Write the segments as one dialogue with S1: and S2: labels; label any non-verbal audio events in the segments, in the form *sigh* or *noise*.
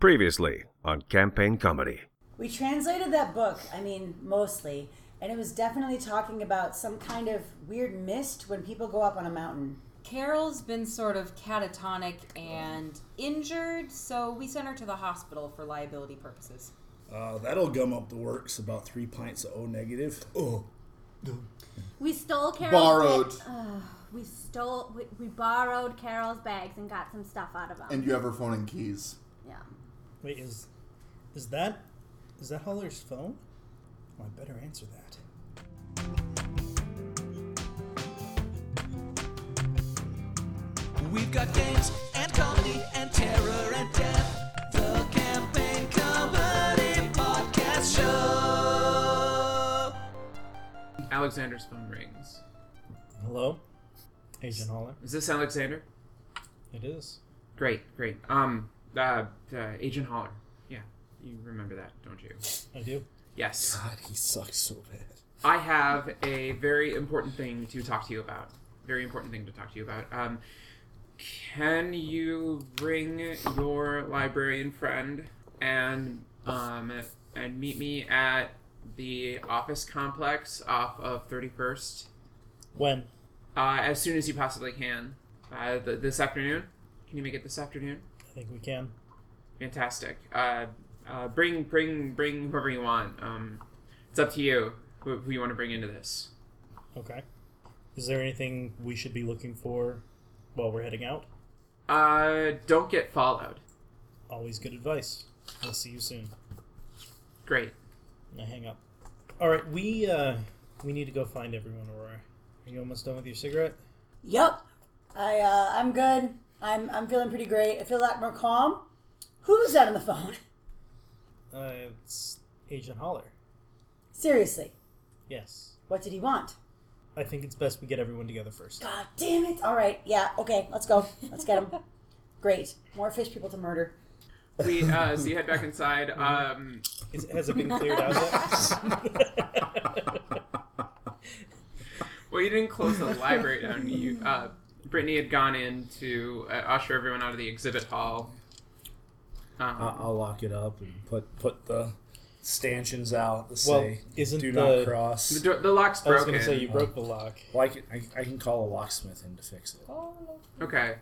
S1: Previously on Campaign Comedy.
S2: We translated that book, I mean, mostly, and it was definitely talking about some kind of weird mist when people go up on a mountain.
S3: Carol's been sort of catatonic and injured, so we sent her to the hospital for liability purposes.
S4: Uh, that'll gum up the works. About three pints of O negative. Oh,
S5: We stole Carol's
S6: Borrowed.
S5: ba- Ugh, we stole. We, we borrowed Carol's bags and got some stuff out of them.
S6: and you have her phone and keys.
S5: yeah.
S7: Wait, is is that is that Holler's phone? Oh, I better answer that.
S8: We've got games and comedy and terror and death. The Campaign Comedy Podcast Show.
S9: Alexander's phone rings.
S7: Hello, Agent Holler.
S9: Is this Alexander?
S7: It is.
S9: Great, great. Um, uh, uh Agent Holler. Yeah, you remember that, don't you?
S7: I do.
S9: Yes.
S4: God, he sucks so bad.
S9: I have a very important thing to talk to you about. Very important thing to talk to you about. Um, can you ring your librarian friend and um and meet me at the office complex off of 31st
S7: When?
S9: uh, as soon as you possibly can uh, th- this afternoon? Can you make it this afternoon?
S7: I think we can.
S9: Fantastic. Uh, uh, bring, bring, bring whoever you want. Um, it's up to you who, who you want to bring into this.
S7: Okay. Is there anything we should be looking for while we're heading out?
S9: Uh, don't get followed.
S7: Always good advice. I'll see you soon.
S9: Great.
S7: And I hang up. All right, we uh we need to go find everyone. Aurora, are you almost done with your cigarette?
S2: Yup. I uh, I'm good. I'm I'm feeling pretty great. I feel a lot more calm. Who was that on the phone? *laughs*
S7: Uh, it's Agent Holler.
S2: Seriously,
S7: Yes.
S2: what did he want?
S7: I think it's best we get everyone together first.
S2: God damn it! All right, yeah, okay, let's go. Let's get
S4: *laughs*
S2: him. great. More fish people to murder.
S9: We uh, *laughs* so you head back inside. Um,
S7: Is, has it been cleared out yet?
S9: well, you didn't close the library down. You, uh, Brittany had gone in to uh, usher everyone out of the exhibit hall. Um,
S4: *laughs* I- I'll lock it up and put put the stanchions out. The
S7: Well,
S4: say,
S7: isn't
S4: do
S7: the-
S4: not
S9: the,
S4: cross.
S9: door, the lock's
S7: I was
S9: broken.
S7: going to say you broke the lock. Oh,
S4: Well, I can, I, I can call a locksmith in to fix it.
S9: Okay.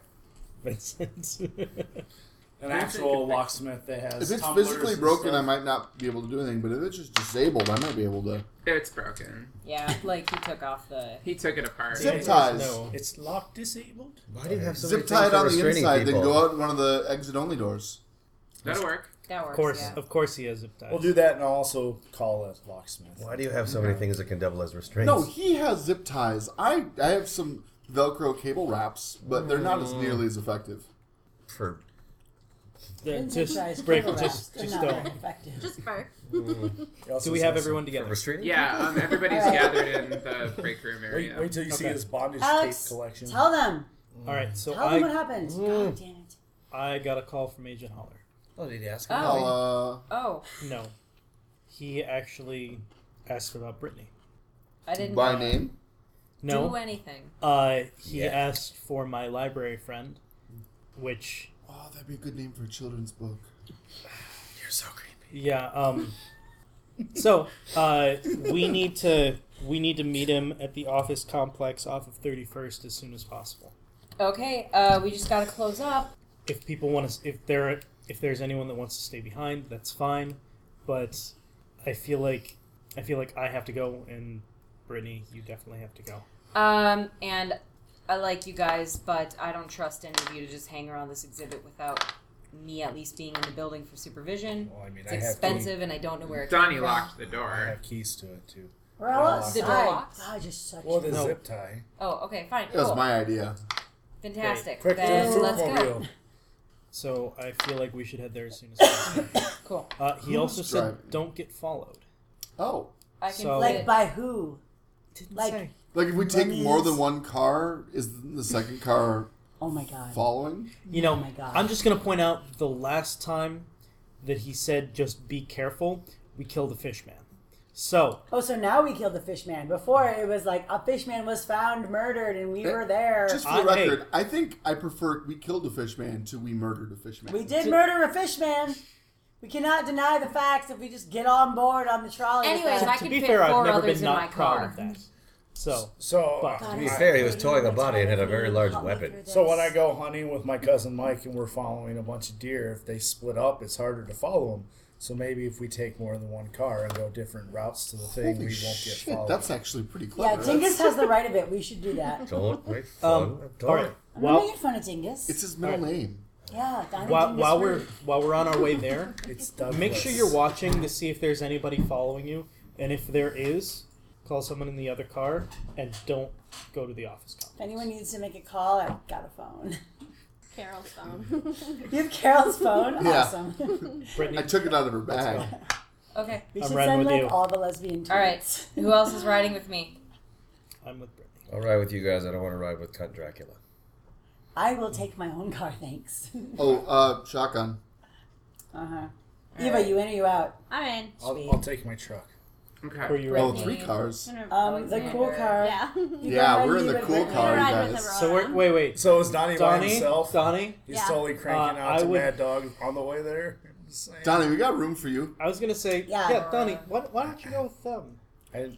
S7: Vincent.
S4: *laughs* An
S9: Vincent
S4: actual
S9: can fix it.
S4: locksmith that has.
S6: If it's
S4: tumblers
S6: physically
S4: and
S6: broken,
S4: stuff.
S6: I might not be able to do anything, but if it's just disabled, I might be able to.
S9: It's broken.
S3: Yeah, like he took off the.
S9: He took it apart.
S6: Zip ties.
S7: No.
S4: It's lock disabled.
S10: Why do you have so many
S6: Zip
S10: things
S6: tie it
S10: for
S6: on the
S10: restraining
S6: inside,
S10: people?
S6: then go out one of the exit only doors.
S9: That'll work.
S3: That works.
S7: Of course,
S3: Yeah.
S7: of course he has zip ties.
S4: We'll do that, and I'll also call a locksmith.
S10: Why do you have so many things that can double as restraints?
S6: No, he has zip ties. I, I have some Velcro cable wraps, but they're not as nearly as effective.
S10: for
S7: Yeah,
S2: Franchise
S7: just break.
S2: cable
S7: Just,
S2: wraps. They're
S7: just
S2: not
S7: don't.
S2: very effective.
S5: Just for
S7: Do we have everyone together?
S10: restraining.
S9: Yeah, um,
S7: *laughs*
S9: everybody's gathered in the break room
S4: Wait,
S9: area.
S4: wait till you see
S7: Okay.
S4: this bondage
S2: Alex,
S4: tape collection.
S2: tell them.
S7: All right. So
S2: Tell them what
S7: I, Mm.
S2: happened. God damn it.
S7: I got a call from Agent Holler.
S10: Oh, did he ask?
S3: him?
S6: I'll, uh,
S3: Oh,
S7: No, he actually asked about Brittany.
S3: I didn't
S6: by
S3: know.
S6: name.
S7: No.
S3: do anything.
S7: Uh, he asked for my library friend, which
S6: Oh, that'd be a good name for a children's book.
S4: You're so creepy.
S7: yeah. Um. so uh, we need to we need to meet him at the office complex off of Thirty First as soon as possible.
S3: Okay, uh, we just gotta close up.
S7: if people want to if there if there's anyone that wants to stay behind that's fine but i feel like i feel like i have to go and brittany you definitely have to go
S3: Um, and I like you guys, but I don't trust any of you to just hang around this exhibit without me at least being in the building for supervision.
S4: Well, I mean,
S3: It's
S4: I have
S3: expensive, and I don't know where it
S9: Donnie
S3: came from.
S9: locked the
S4: I
S9: door.
S4: have keys to it too.
S2: We're all
S4: The
S2: outside.
S3: door locks?
S2: God, you're such
S4: Well, the
S7: No.
S4: zip tie.
S3: Oh, okay, fine.
S6: That was
S3: cool.
S6: my idea.
S3: Fantastic.
S4: Quick to the
S3: Then let's go.
S4: fruitmobile.
S7: so i feel like we should head there as soon as possible
S3: Cool.
S7: uh, he also
S6: Who's
S7: said
S6: driving?
S7: don't get followed
S6: Oh.
S3: I can
S7: So-
S2: Like
S3: fit
S2: by who?
S7: didn't
S2: Like-
S7: say
S6: Like if we take
S2: Bunnies.
S6: more than one car, is the second car
S2: Oh my god.
S6: following?
S7: you know
S2: Oh my God.
S7: i'm just gonna point out the last time that he said just be careful we killed the fish man so
S2: Oh, so now we killed the fish man. Before it was like a fish man was found murdered and we
S6: Eh,
S2: were there.
S6: Just for
S7: I-
S6: the record, I think I prefer we killed a fish man to we murdered a fish man.
S2: we did murder a fish man. We cannot deny the facts if we just get on board on the trolley. with
S3: Anyways,
S2: them.
S3: I
S7: to
S3: can
S7: be
S3: fit
S7: fair,
S3: four
S7: I've never
S3: others
S7: been
S3: in my
S7: not proud
S3: car.
S7: of that. So
S4: So,
S7: Fuck.
S4: I-
S10: To be fair, he was towing a body and had a very large
S2: Help me through
S10: weapon.
S2: this.
S4: so when I go hunting with my cousin Mike and we're following a bunch of deer, if they split up, it's harder to follow them. So maybe if we take more than one car and go different routes to the thing,
S6: Holy
S4: we won't get
S6: shit,
S4: followed.
S6: that's actually pretty
S2: yeah,
S6: clever.
S2: Genghis has the right of it. We should do that.
S10: *laughs* Don't make fun.
S7: Um,
S10: don't.
S7: all right.
S2: I'm not
S7: Well,
S2: making fun of Genghis.
S6: it's his middle
S7: Alright.
S6: name.
S2: yeah, Diamond
S7: while,
S2: Genghis
S7: while
S2: Khan.
S7: we're while we're on our way there,
S4: It's Douglas.
S7: make sure you're watching to see if there's anybody following you, and if there is, call someone in the other car, and don't go to the office.
S2: If anyone needs to make a call, I've got a phone. *laughs*
S5: Carol's *laughs* phone.
S2: You have Carol's phone?
S6: Yeah.
S2: Awesome. *laughs*
S7: Brittany,
S6: I took it out of her bag.
S3: Okay.
S2: We
S7: I'm
S2: should
S7: riding
S2: send
S7: with
S2: like
S7: you.
S2: all the lesbian tweets.
S3: All right. Who else is riding with me?
S7: I'm with Brittany.
S10: I'll ride with you guys. I don't want to ride with Cunt Dracula.
S2: I will take my own car, *laughs* thanks.
S6: *laughs* Oh, uh, shotgun.
S2: Uh
S5: Uh-huh.
S2: huh.
S3: All
S2: Eva,
S3: right.
S2: you in or you out?
S5: I'm in.
S4: I'll, I'll take my truck.
S7: Where
S9: Okay.
S7: you
S6: Oh,
S7: riding?
S6: three cars.
S2: Um, the cool car.
S5: Yeah. *laughs*
S2: You
S6: Yeah,
S2: can
S6: we're
S2: ride
S6: in the
S2: Eva
S6: cool
S2: Brittany.
S6: car.
S5: Gonna ride
S6: guys.
S5: with
S7: So we're,
S5: Aurora.
S7: wait, wait.
S4: So is Donnie, by
S7: Donnie,
S4: himself?
S7: Donnie.
S4: He's
S5: Yeah.
S4: totally cranking
S7: Uh,
S4: out
S7: I
S4: to
S7: would-
S4: Mad Dog on the way there. I'm just saying.
S6: Donnie, we got room for you.
S7: I was gonna say,
S2: Yeah.
S7: yeah, Donnie. Why, why don't you go with them?
S4: I,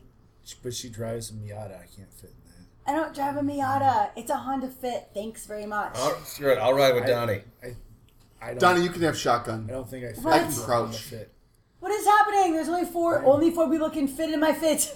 S4: but she drives a Miata. I can't fit in that.
S2: I don't drive a Miata. It's a Honda Fit. Thanks very much.
S10: I'll, screw it. I'll ride with
S4: I-
S10: Donnie.
S4: I don't,
S6: Donnie, you can have
S4: I
S6: shotgun.
S4: don't think I fit.
S2: What?
S4: in the
S6: Crouch.
S4: Fit.
S2: What is happening? There's only four. Only four people can fit in my fit.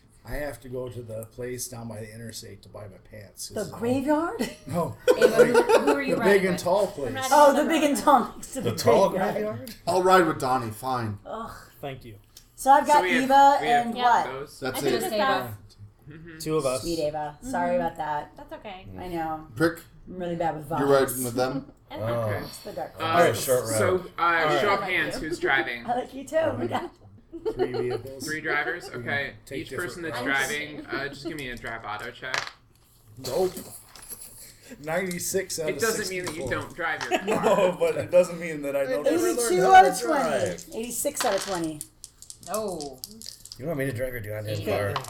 S2: *laughs*
S4: I have to go to the place down by the interstate to buy my pants.
S2: the
S4: *laughs*
S2: graveyard.
S4: No,
S3: Ava, who who are you
S4: the
S3: riding
S4: big and
S3: with?
S4: tall place.
S5: riding-
S2: *laughs* Oh, the big and tall next to the, graveyard.
S6: I'll ride with Donnie. Fine.
S2: Ugh.
S7: Thank you.
S2: So I've got
S9: we have-
S2: Eva
S9: we have
S2: and
S5: Yeah.
S2: what?
S9: Those.
S5: I
S6: That's
S5: took
S6: it.
S5: us
S3: Just Ava.
S5: out.
S7: Two of us.
S2: Sweet Eva. Sorry
S5: Mm-hmm.
S2: about that.
S5: That's okay.
S2: I know.
S6: Brick,
S2: I'm really bad with
S6: you're
S2: vowels.
S6: riding with them.
S5: And
S10: Oh.
S2: It's the dark.
S9: Uh,
S10: All right, short round.
S9: So, uh, show of
S5: Thank
S9: hands,
S5: you.
S9: who's driving?
S2: I like you too.
S4: Oh my God. Three vehicles.
S9: *laughs* Three drivers? Okay.
S4: Take
S9: Each person
S4: different
S9: that's
S5: routes.
S9: driving, uh, just give me a drive auto check.
S4: Nope. Ninety-six out
S9: It
S4: of
S9: doesn't mean that you
S4: 64.
S9: don't drive
S4: *laughs*
S9: your car.
S4: No, but it doesn't mean that I don't. ever learn
S2: 82
S4: how
S2: out
S4: to
S2: of
S4: drive.
S2: 20. 86 out of 20.
S3: No.
S10: You want me to drive your goddamn
S3: Yeah.
S10: car?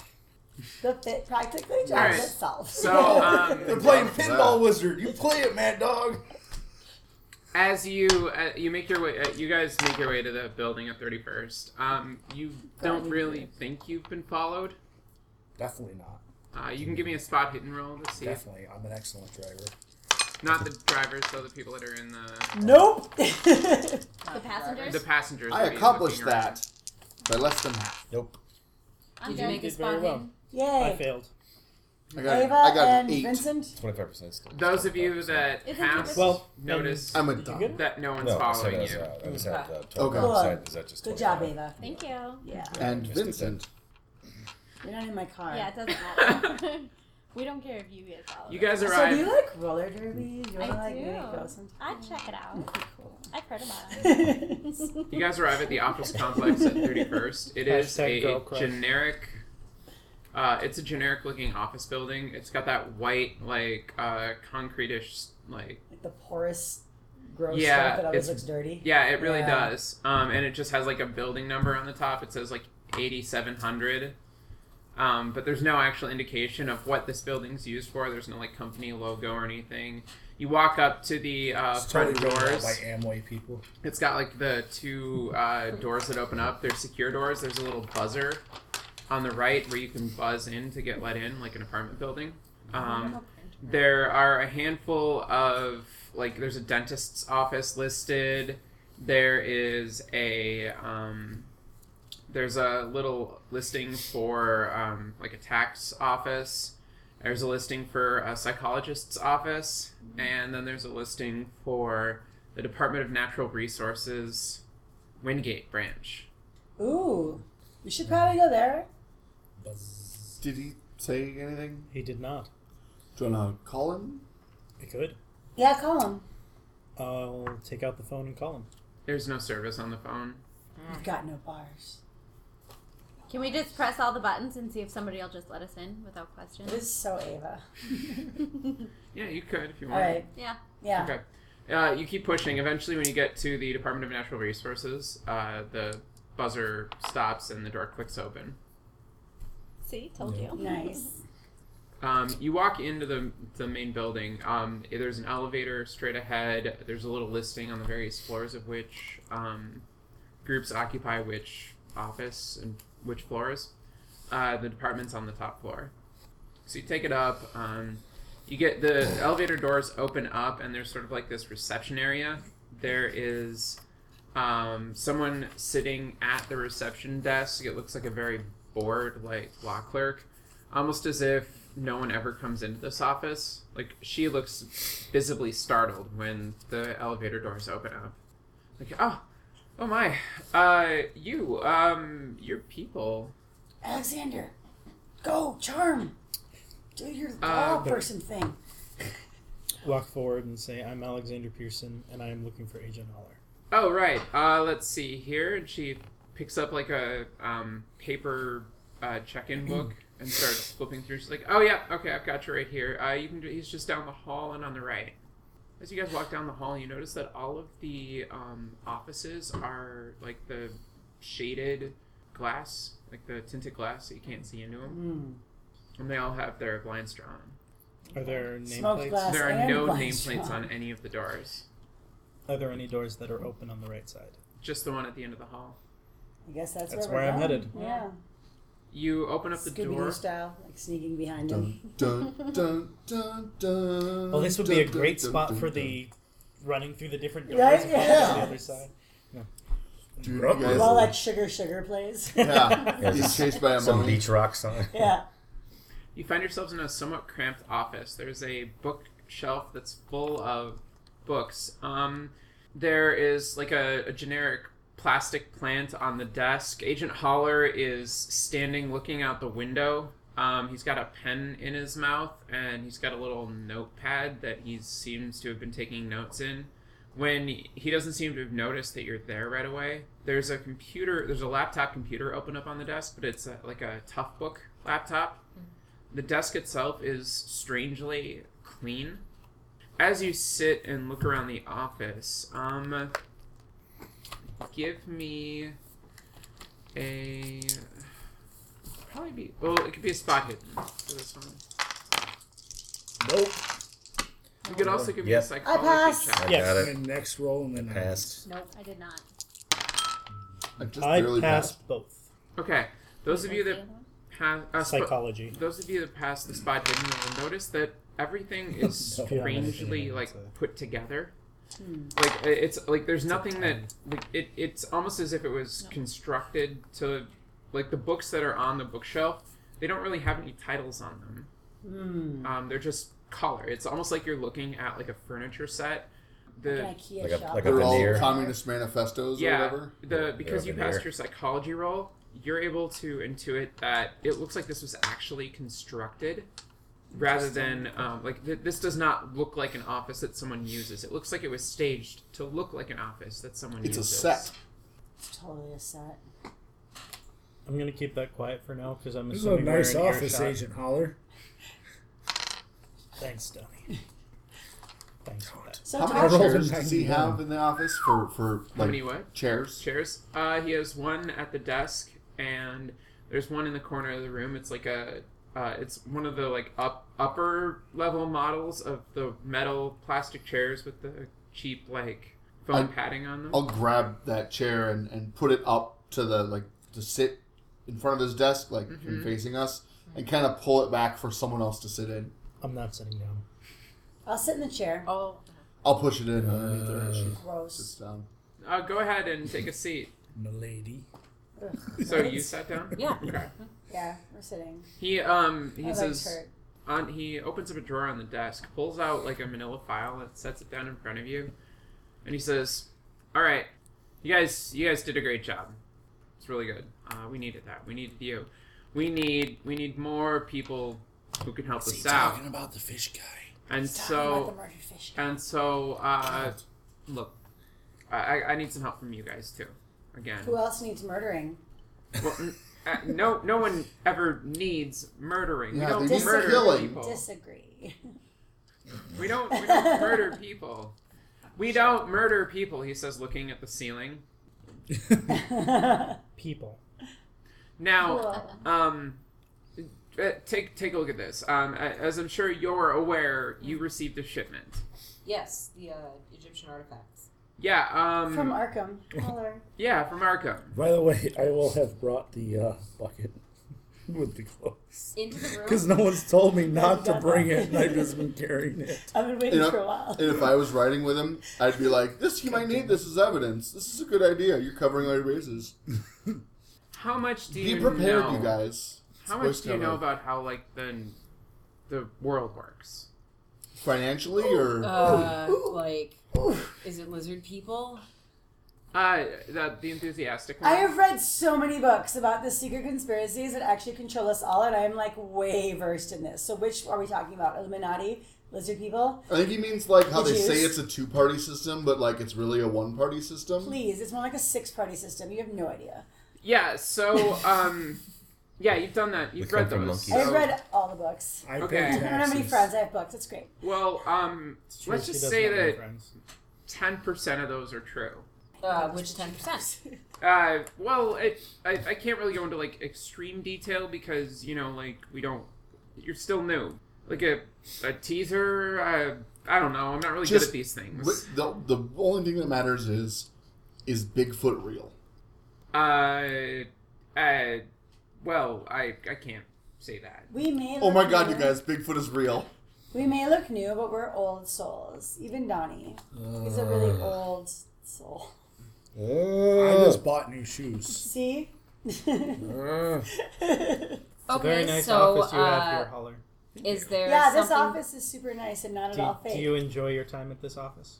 S2: The fit practically drives
S9: Alright.
S2: itself. *laughs*
S9: So, um,
S4: *laughs* They're playing
S6: Yeah.
S4: pinball wizard. You play it, Mad Dog.
S9: as you uh, you make your way, uh, you guys make your way to the building at Thirty First. Um, you don't really think you've been followed.
S4: Definitely not.
S9: Uh, you can give me a spot hit and roll to see. If,
S4: Definitely, I'm an excellent driver.
S9: not the drivers, though the people that are in the
S2: nope. *laughs*
S5: the passengers.
S9: the passengers.
S6: I
S9: that are
S6: accomplished
S9: looking around.
S6: that by less than half.
S10: Nope.
S5: I'm
S3: Did you
S5: good.
S3: make a
S7: Did very
S3: spot
S7: well.
S3: hidden?
S7: I
S2: Yay.
S7: failed.
S6: I got,
S2: Ava
S6: I got
S2: and
S6: an eight.
S2: Vincent.
S10: Twenty-five percent still.
S9: Those of you that
S5: Isn't
S9: passed
S5: it-
S7: Well, um,
S9: notice
S6: I'm a
S7: good?
S6: Donnie.
S9: that no one's
S10: no, I said
S9: following
S10: I
S9: you.
S10: was, uh, I just
S3: Okay.
S10: had uh,
S6: Okay.
S10: 12%. Is that just
S2: Good job,
S10: 25?
S2: Ava.
S5: Thank you.
S2: Yeah.
S6: And
S10: Just did
S6: Vincent.
S2: You're not in my car.
S5: Yeah, it doesn't matter. *laughs* we don't care if you get followed.
S9: You guys
S2: So do you
S9: arrive.
S2: like roller derby? Do you
S5: I
S2: wanna, like
S5: do.
S2: maybe go sometime?
S5: I'd check it out.
S2: Cool.
S5: I've heard about it. *laughs*
S9: You guys arrive at the office complex at 31st. It is
S7: Hashtag
S9: a
S7: girl crush.
S9: generic. Uh, it's a generic looking office building. It's got that white, like, uh, concrete-ish, like,
S2: *laughs* like the porous, gross
S9: Yeah,
S2: stuff that always
S9: it's-
S2: looks dirty.
S9: yeah, it really
S2: Yeah.
S9: does. Um, and it just has like a building number on the top. It says like 8700. Um, but there's no actual indication of what this building's used for. There's no like company logo or anything. You walk up to the uh,
S4: It's
S9: front
S4: totally run out
S9: doors.
S4: by Amway people.
S9: It's got like the two uh, doors that open up. They're secure doors. There's a little buzzer on the right where you can buzz in to get let in, like an apartment building. Um, there are a handful of like there's a dentist's office listed. There is a um, there's a little listing for um, like a tax office. There's a listing for a psychologist's office, and then there's a listing for the Department of Natural Resources Wingate branch.
S2: Ooh. We should probably go there.
S4: Buzz.
S6: Did he say anything?
S7: He did not.
S6: Do you want to call him?
S7: I could.
S2: Yeah, call him.
S7: I'll take out the phone and call him.
S9: There's no service on the phone.
S2: You've got no bars.
S5: Can we just press all the buttons and see if somebody will just let us in without
S2: It
S5: questions?
S2: is so
S5: *laughs*
S2: Ava.
S9: Yeah, you could if you
S2: All
S9: want.
S2: right.
S5: Yeah.
S2: Yeah.
S9: Okay. Uh, you keep pushing. Eventually, when you get to the Department of Natural Resources, uh, the buzzer stops and the door clicks open.
S5: See, told you.
S2: Nice.
S9: Um, you walk into the, the main building. Um, there's an elevator straight ahead. There's a little listing on the various floors of which um, groups occupy which office and which floors. Uh, the department's on the top floor. So you take it up. Um, you get the elevator doors open up, and there's sort of like this reception area. There is um, someone sitting at the reception desk. It looks like a very bored, like law clerk, almost as if no one ever comes into this office. Like she looks visibly startled when the elevator doors open up. Like, oh, oh my, uh, you, um, your people.
S2: Alexander, go charm. Do your law person thing.
S7: Walk forward and say, "I'm Alexander Pearson, and I am looking for Agent Holler."
S9: Oh right. Uh, let's see here, and she picks up like a um, paper uh, check-in book and starts flipping through. She's like, "Oh yeah, okay, I've got you right here. Uh, you can. Do, he's just down the hall and on the right." As you guys walk down the hall, you notice that all of the um, offices are like the shaded glass, like the tinted glass, so you can't see into
S2: Hmm,
S9: them, and they all have their blinds drawn.
S7: Are there
S2: Smoked
S7: nameplates?
S2: glass.
S9: There are
S2: and
S9: no
S2: blinds
S9: nameplates
S2: drawn.
S9: on any of the doors,
S7: Are there any doors that are open on the right side?
S9: just the one at the end of the hall.
S2: I guess that's,
S7: That's
S2: where, we're
S7: where I'm
S2: going.
S7: headed.
S2: Yeah.
S9: You open up the door.
S2: Scooby-Doo style, like sneaking behind him.
S6: Dun, dun, dun, dun, dun,
S7: Well, this would be a
S6: dun, dun,
S7: great
S6: dun,
S7: spot
S6: dun,
S7: for
S6: dun.
S7: the running through the different doors.
S2: Right?
S7: and
S2: Yeah.
S7: on the other side.
S6: Do you guys-
S2: Well, like Sugar Sugar plays.
S6: yeah,
S7: *laughs*
S10: Yeah,
S6: he's
S10: just
S6: chased by a
S10: Some
S6: mummy.
S10: beach rock song.
S2: *laughs* yeah.
S9: You find yourselves in a somewhat cramped office. There's a bookshelf that's full of books. Um, there is like a, a generic plastic plant on the desk. Agent Holler is standing looking out the window. Um, he's got a pen in his mouth and he's got a little notepad that he seems to have been taking notes in. When he doesn't seem to have noticed that you're there right away, there's a computer, there's a laptop computer open up on the desk, but it's a, like a tough book laptop. The desk itself is strangely clean. As you sit and look around the office, um, give me a probably be well, it could be a spot hidden for this one.
S4: Nope.
S9: You could also give
S10: Yep.
S9: me
S2: I
S9: a
S2: pass.
S9: psychology check.
S10: I
S7: Yes.
S10: got
S4: And
S10: it.
S4: then next roll and then
S10: Passed.
S5: Nope, I did not.
S6: I just
S7: I
S6: barely
S7: pass
S6: passed.
S7: both.
S9: Okay, those of you
S5: Did I
S9: that
S5: see one?
S9: pass uh, sp-
S7: Psychology.
S9: those of you that pass the spot hidden will notice that everything is
S4: No.
S9: strangely
S7: Yeah,
S9: like
S7: that's a-
S9: put together. Like i- it's like there's nothing that like it, it's almost as if it was constructed to like the books that are on the bookshelf. They don't really have any titles on them. Um, they're just color. It's almost like you're looking at like a furniture set. The
S2: An IKEA
S10: Like a-
S2: shop.
S10: like a
S6: They're all
S10: veneer.
S6: communist manifestos or
S9: yeah,
S6: whatever.
S9: the because
S10: Yeah,
S9: you
S10: they're
S9: passed
S10: there.
S9: your psychology roll, you're able to intuit that it looks like this was actually constructed, rather than um, like th- this does not look like an office that someone uses. It looks like it was staged to look like an office that someone
S6: It's a
S9: uses.
S6: set.
S2: It's totally a set.
S7: I'm gonna keep that quiet for now because I'm
S4: This is a
S7: assuming
S4: nice
S7: we're in
S4: office,
S7: earshot.
S4: Agent Holler.
S7: Thanks,
S6: *laughs*
S7: Donnie. Thanks for that.
S6: How
S2: Sometimes
S6: many
S4: rolled a
S6: chairs does he
S4: 91.
S6: have in the office for for
S9: How
S6: like
S9: many what?
S6: chairs?
S9: Chairs. Uh, he has one at the desk, and there's one in the corner of the room. It's like a, uh, it's one of the like up upper level models of the metal plastic chairs with the cheap like foam
S6: I-
S9: padding on them.
S6: I'll grab that chair and, and put it up to the like to sit in front of his desk, like
S9: Mm-hmm.
S6: and facing us, and kind of pull it back for someone else to sit in.
S7: I'm not sitting down.
S2: I'll sit in the chair.
S3: Oh,
S6: I'll push it in underneath her as she sits
S2: Gross.
S6: down.
S9: Uh, go ahead and take
S4: *laughs*
S9: a seat.
S6: *laughs*
S4: Milady.
S9: So you sat down.
S3: yeah.
S9: Okay.
S2: Yeah, we're sitting.
S9: He um
S2: My
S9: he
S2: legs
S9: says
S2: hurt.
S9: on he opens up a drawer on the desk, pulls out like a manila file and sets it down in front of you, and he says, "All right, you guys you guys did a great job. It's really good. Uh, we needed that. We needed you. We need we need more people who can help us out.
S4: about the fish guy?
S9: And
S2: Talking
S9: so
S2: about the murdered fish.
S9: and so uh, look, I I- I need some help from you guys too. Again,
S2: Who else needs murdering?
S6: *laughs*
S9: Well, n- uh, no, no one ever needs murdering.
S6: Yeah,
S9: we don't
S6: they need
S9: murder
S6: killing.
S9: people.
S2: Disagree.
S9: *laughs* we don't.
S2: *laughs*
S9: We don't murder people. We don't murder people. He says, looking at the ceiling.
S7: People.
S9: Now, um, uh, take take a look at this. Um, a- as I'm sure you're aware, you received a shipment.
S3: Yes, the uh, Egyptian artifacts.
S9: Yeah, um,
S2: From Arkham. Hello.
S9: yeah, from Arkham.
S4: By the way, I will have brought the uh, bucket *laughs* with the clothes
S3: Into the room.
S4: because no one's told me not to bring it, and I've just been carrying it.
S2: I've been waiting
S6: And, I-
S2: for a while.
S6: and if I was riding with him, I'd be like, "This you might need this as evidence. This is a good idea. You're covering all your bases.
S9: How much do
S6: Be
S9: you
S6: prepared,
S9: know?
S6: you guys. It's
S9: How much
S6: supposed
S9: do you
S6: to
S9: know
S6: have a-
S9: about how like the the world works?
S6: financially or
S3: Uh, like, is it lizard people?
S9: Uh, that the enthusiastic one.
S2: I have read so many books about the secret conspiracies that actually control us all, and I'm like way versed in this. So, which are we talking about? Illuminati, lizard people?
S6: I think he means like how
S2: The
S6: they say
S2: Jews.
S6: it's a two-party system, but like it's really a one-party system.
S2: Please, it's more like a six-party system. You have no idea.
S9: yeah. So um, yeah, you've done that. You've
S10: come
S9: read
S10: from
S9: those.
S10: monkeys.
S2: I have
S9: So-
S2: read all the books.
S4: I
S9: Okay.
S4: pay
S9: I
S2: I
S4: taxes.
S2: don't have any friends. I have books. It's great.
S9: Well, um,
S7: It's true,
S9: let's
S7: she
S9: just
S7: doesn't
S9: say
S7: have any
S9: that
S7: friends.
S9: ten percent of those are true.
S3: Uh, which ten percent?
S9: Uh, well, it, I I can't really go into like extreme detail because you know like we don't. You're still new. Like a a teaser. Uh, I don't know. I'm not really good
S6: Just
S9: at these things.
S6: Wi- The, the only thing that matters is is Bigfoot real?
S9: Uh, uh, well, I I can't say that.
S2: We may.
S6: Oh
S2: look
S6: my god,
S2: new.
S6: you guys, Bigfoot is real.
S2: We may look new, but we're old souls. Even Donnie is a really old soul.
S10: Oh.
S4: I just bought new shoes.
S2: See. *laughs*
S10: Uh,
S7: It's a very nice
S3: so
S7: office you have here,
S3: uh,
S7: Holler.
S3: is there
S2: yeah,
S3: something?
S2: this office is super nice and not at all
S7: Do,
S2: fake.
S7: do you enjoy your time at this office?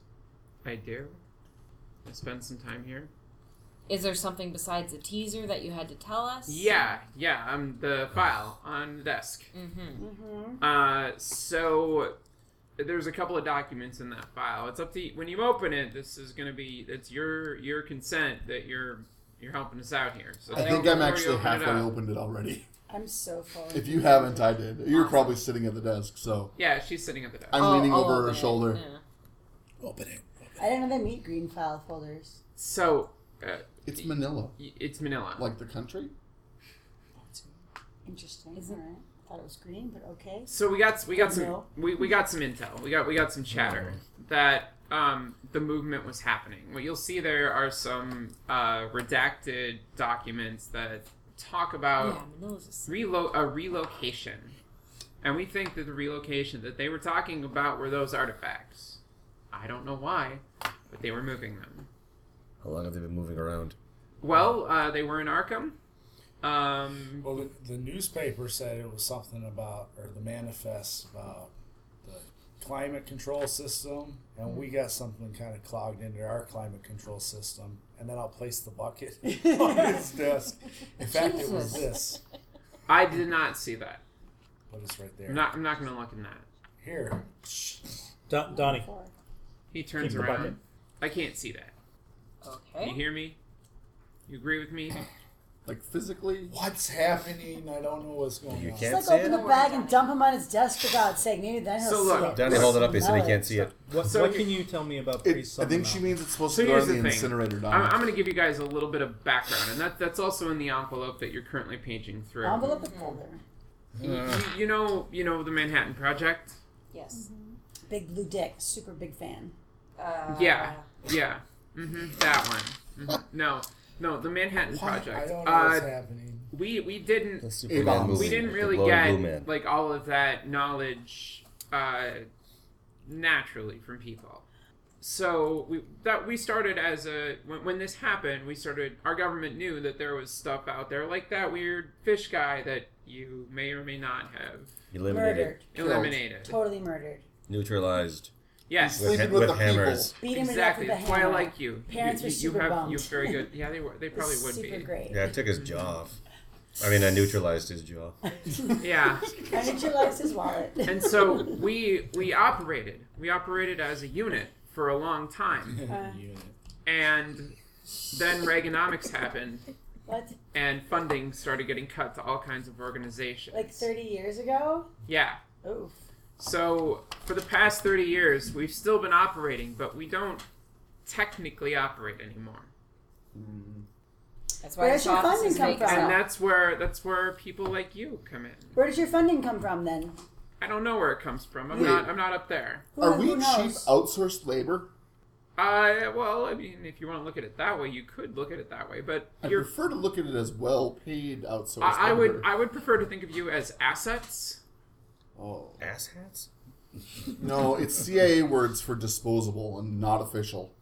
S9: I do. I spend some time here.
S3: Is there something besides a teaser that you had to tell us?
S9: Yeah, yeah. I'm the file on the desk.
S3: Mm-hmm.
S9: Uh, so there's a couple of documents in that file. It's up to when you open it. This is gonna be it's your your consent that you're you're helping us out here. So
S6: I
S9: don't
S6: think I'm
S9: worry,
S6: actually
S9: open it
S6: halfway
S9: up.
S6: opened it already.
S2: I'm so full.
S6: If you haven't, I did. You're probably sitting at the desk, so
S9: Yeah, she's sitting at the desk.
S6: I'm
S3: Oh,
S6: leaning over her shoulder.
S4: Open it.
S2: I didn't know they meet green file folders.
S9: So uh,
S6: It's Manila,
S9: y- it's Manila.
S6: like the country.
S2: Interesting. Isn't it? I thought it was green, but okay.
S9: So we got we got some
S2: No.
S9: we, we got some intel. We got we got some chatter that um, the movement was happening. What you'll see there are some uh, redacted documents that talk
S3: Yeah,
S7: Uh,
S9: about
S3: Manila's a city.
S9: relo- a relocation, and we think that the relocation that they were talking about were those artifacts. I don't know why, but they were moving them.
S10: how long have they been moving around?
S9: Well, uh, they were in Arkham. Um,
S4: Well, the, the newspaper said it was something about, or the manifest about the climate control system, and we got something kind of clogged into our climate control system. And then I'll place the bucket
S9: *laughs*
S4: on his desk. In fact, it was this,
S9: I did not see that.
S4: but it's right there.
S9: I'm not. I'm not going to look in that.
S4: Here.
S7: Don- Donnie,
S9: He turns
S7: Keep the bucket.
S9: around. I can't see that. You
S3: Okay.
S9: hear me? You agree with me?
S6: Like physically,
S4: What's happening? I don't know what's going
S10: You
S4: on.
S10: can't
S2: It's
S10: see
S2: like
S10: it.
S2: open the bag and dump him on his desk for God's sake. Maybe then he'll
S9: So
S2: see
S9: look,
S2: it.
S10: Danny held it up. He said he
S2: Smell
S10: can't see it.
S7: what,
S9: So
S7: what
S9: you-
S7: can you tell me about
S6: It-
S7: Priest
S6: I think she
S7: Summoner?
S6: means it's supposed
S9: So
S6: to go
S9: here's
S6: in the,
S9: the thing.
S6: incinerator.
S9: I'm,
S6: Donna.
S9: I'm going to give you guys a little bit of background, and that that's also in the envelope that you're currently paging through.
S2: Envelope and folder.
S9: You, you- you know, you know the Manhattan Project.
S3: Yes.
S2: Big blue dick. Super big fan.
S3: Uh,
S9: Yeah, yeah, hmm that one. Mhm. No, no, the Manhattan
S4: What? I
S9: Project.
S4: don't know what's
S9: Uh,
S4: happening.
S9: we we didn't
S10: The Superman
S6: bombs.
S10: movie.
S9: we didn't
S10: with the
S9: really
S10: glowing blue
S9: get
S10: man.
S9: like all of that knowledge uh, naturally from people. So we that we started as a when, when this happened, we started. Our government knew that there was stuff out there like that weird fish guy that you may or may not have
S10: eliminated,
S2: Murdered.
S9: eliminated.
S2: Totally murdered.
S10: neutralized
S9: Yes,
S10: with,
S6: Sleeping
S10: ha-
S6: with
S10: with
S6: the
S10: hammers.
S2: Beat him
S9: exactly.
S2: to death with
S9: That's
S2: a
S9: why I
S2: hammer.
S9: like you.
S2: Parents
S9: you,
S2: were
S9: you- you
S2: super
S9: have
S2: bummed.
S9: you have very good. Yeah, they were. They
S2: *laughs* It was
S9: probably would
S2: super
S9: be.
S2: great.
S10: Yeah, I took his jaw off. I mean, I neutralized his jaw.
S9: Yeah.
S2: And then she likes his wallet.
S9: *laughs* and so we we operated we operated as a unit for a long time and then reaganomics happened
S2: what?
S9: and funding started getting cut to all kinds of organizations
S2: Like 30 years ago?
S9: yeah
S2: Oof.
S9: so for the past 30 years we've still been operating but we don't technically operate anymore
S3: That's why
S2: Where
S3: this
S2: should
S3: office
S2: funding
S3: is
S2: come
S3: vacant.
S2: from?
S9: and that's where that's where people like you come in
S2: Where does your funding come from then?
S9: i don't know where it comes from i'm
S6: Wait.
S9: not i'm not up there
S2: Who,
S6: Are
S2: who
S10: Oh.
S6: we cheap
S2: knows?
S6: outsourced labor?
S9: I well, I mean, if you want to look at it that way, you could look at it that way. But
S6: I
S9: you're,
S6: prefer to look at it as well paid outsourced.
S9: I, I would,
S6: labor.
S9: I would prefer to think of you as assets.
S6: oh.
S10: Ass hats?
S6: No, it's CIA words for disposable and not official.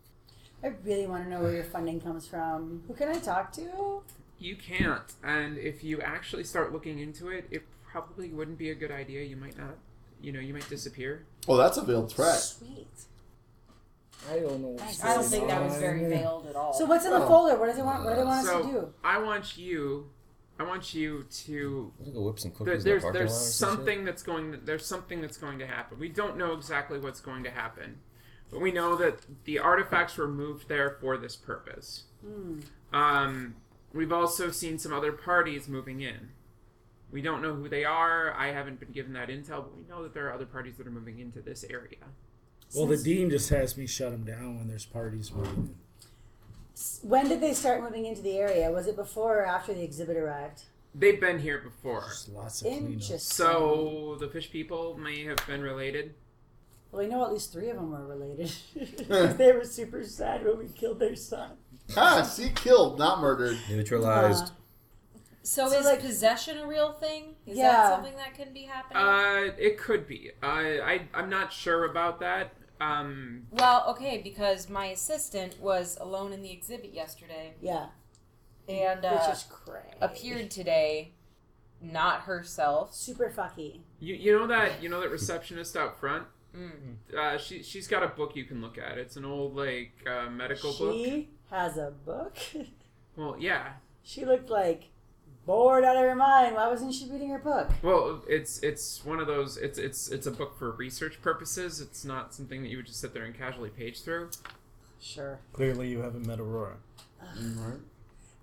S2: I really want to know where your funding comes from. Who can I talk to?
S9: You can't, and if you actually start looking into it, it probably wouldn't be a good idea. You might not, you know, you might disappear.
S6: Oh, that's a veiled threat.
S2: Sweet.
S4: I don't know. What
S3: I don't think that was very veiled at all.
S2: So what's in the
S6: Oh.
S2: folder? What do they want? What do they want us to
S9: So
S2: do?
S9: I want you, I want you to
S10: I'm gonna go whip some
S9: There-
S10: cookies
S9: there's
S10: in the parking
S9: there's
S10: lot or some shit.
S9: something that's going there's something that's going to happen. We don't know exactly what's going to happen, but we know that the artifacts were moved there for this purpose. Um, we've also seen some other parties moving in. We don't know who they are. I haven't been given that intel, but we know that there are other parties that are moving into this area.
S4: Well, the dean just has me shut him down when there's parties moving.
S2: When did they start moving into the area? Was it before or after the exhibit arrived?
S9: They've been here before,
S4: There's lots of
S2: Interesting.
S4: cleanup.
S9: so the fish people may have been related.
S2: Well, we know at least three of them were related. *laughs* they were super sad when we killed their son. Uh,
S6: Ah, see, killed, not murdered.
S10: Neutralized.
S3: So,
S2: So,
S3: is
S2: like-
S3: possession a real thing? Is
S2: Yeah.
S3: that something that can be happening?
S9: Uh, it could be. I, I I'm not sure about that. Um,
S3: well, okay, because my assistant was alone in the exhibit yesterday
S2: Yeah,
S3: and
S2: which
S3: uh,
S2: is crazy.
S3: appeared today, not herself.
S2: super fucky.
S9: You, you know that you know that receptionist out front. Uh, she she's got a book you can look at. It's an old like uh, medical book.
S2: She has a book. *laughs*
S9: Well, yeah.
S2: she looked like bored out of her mind. Why wasn't she reading her book?
S9: Well, it's it's one of those. It's it's it's a book for research purposes. It's not something that you would just sit there and casually page through.
S2: Sure.
S7: Clearly, you haven't met Aurora.
S6: Right.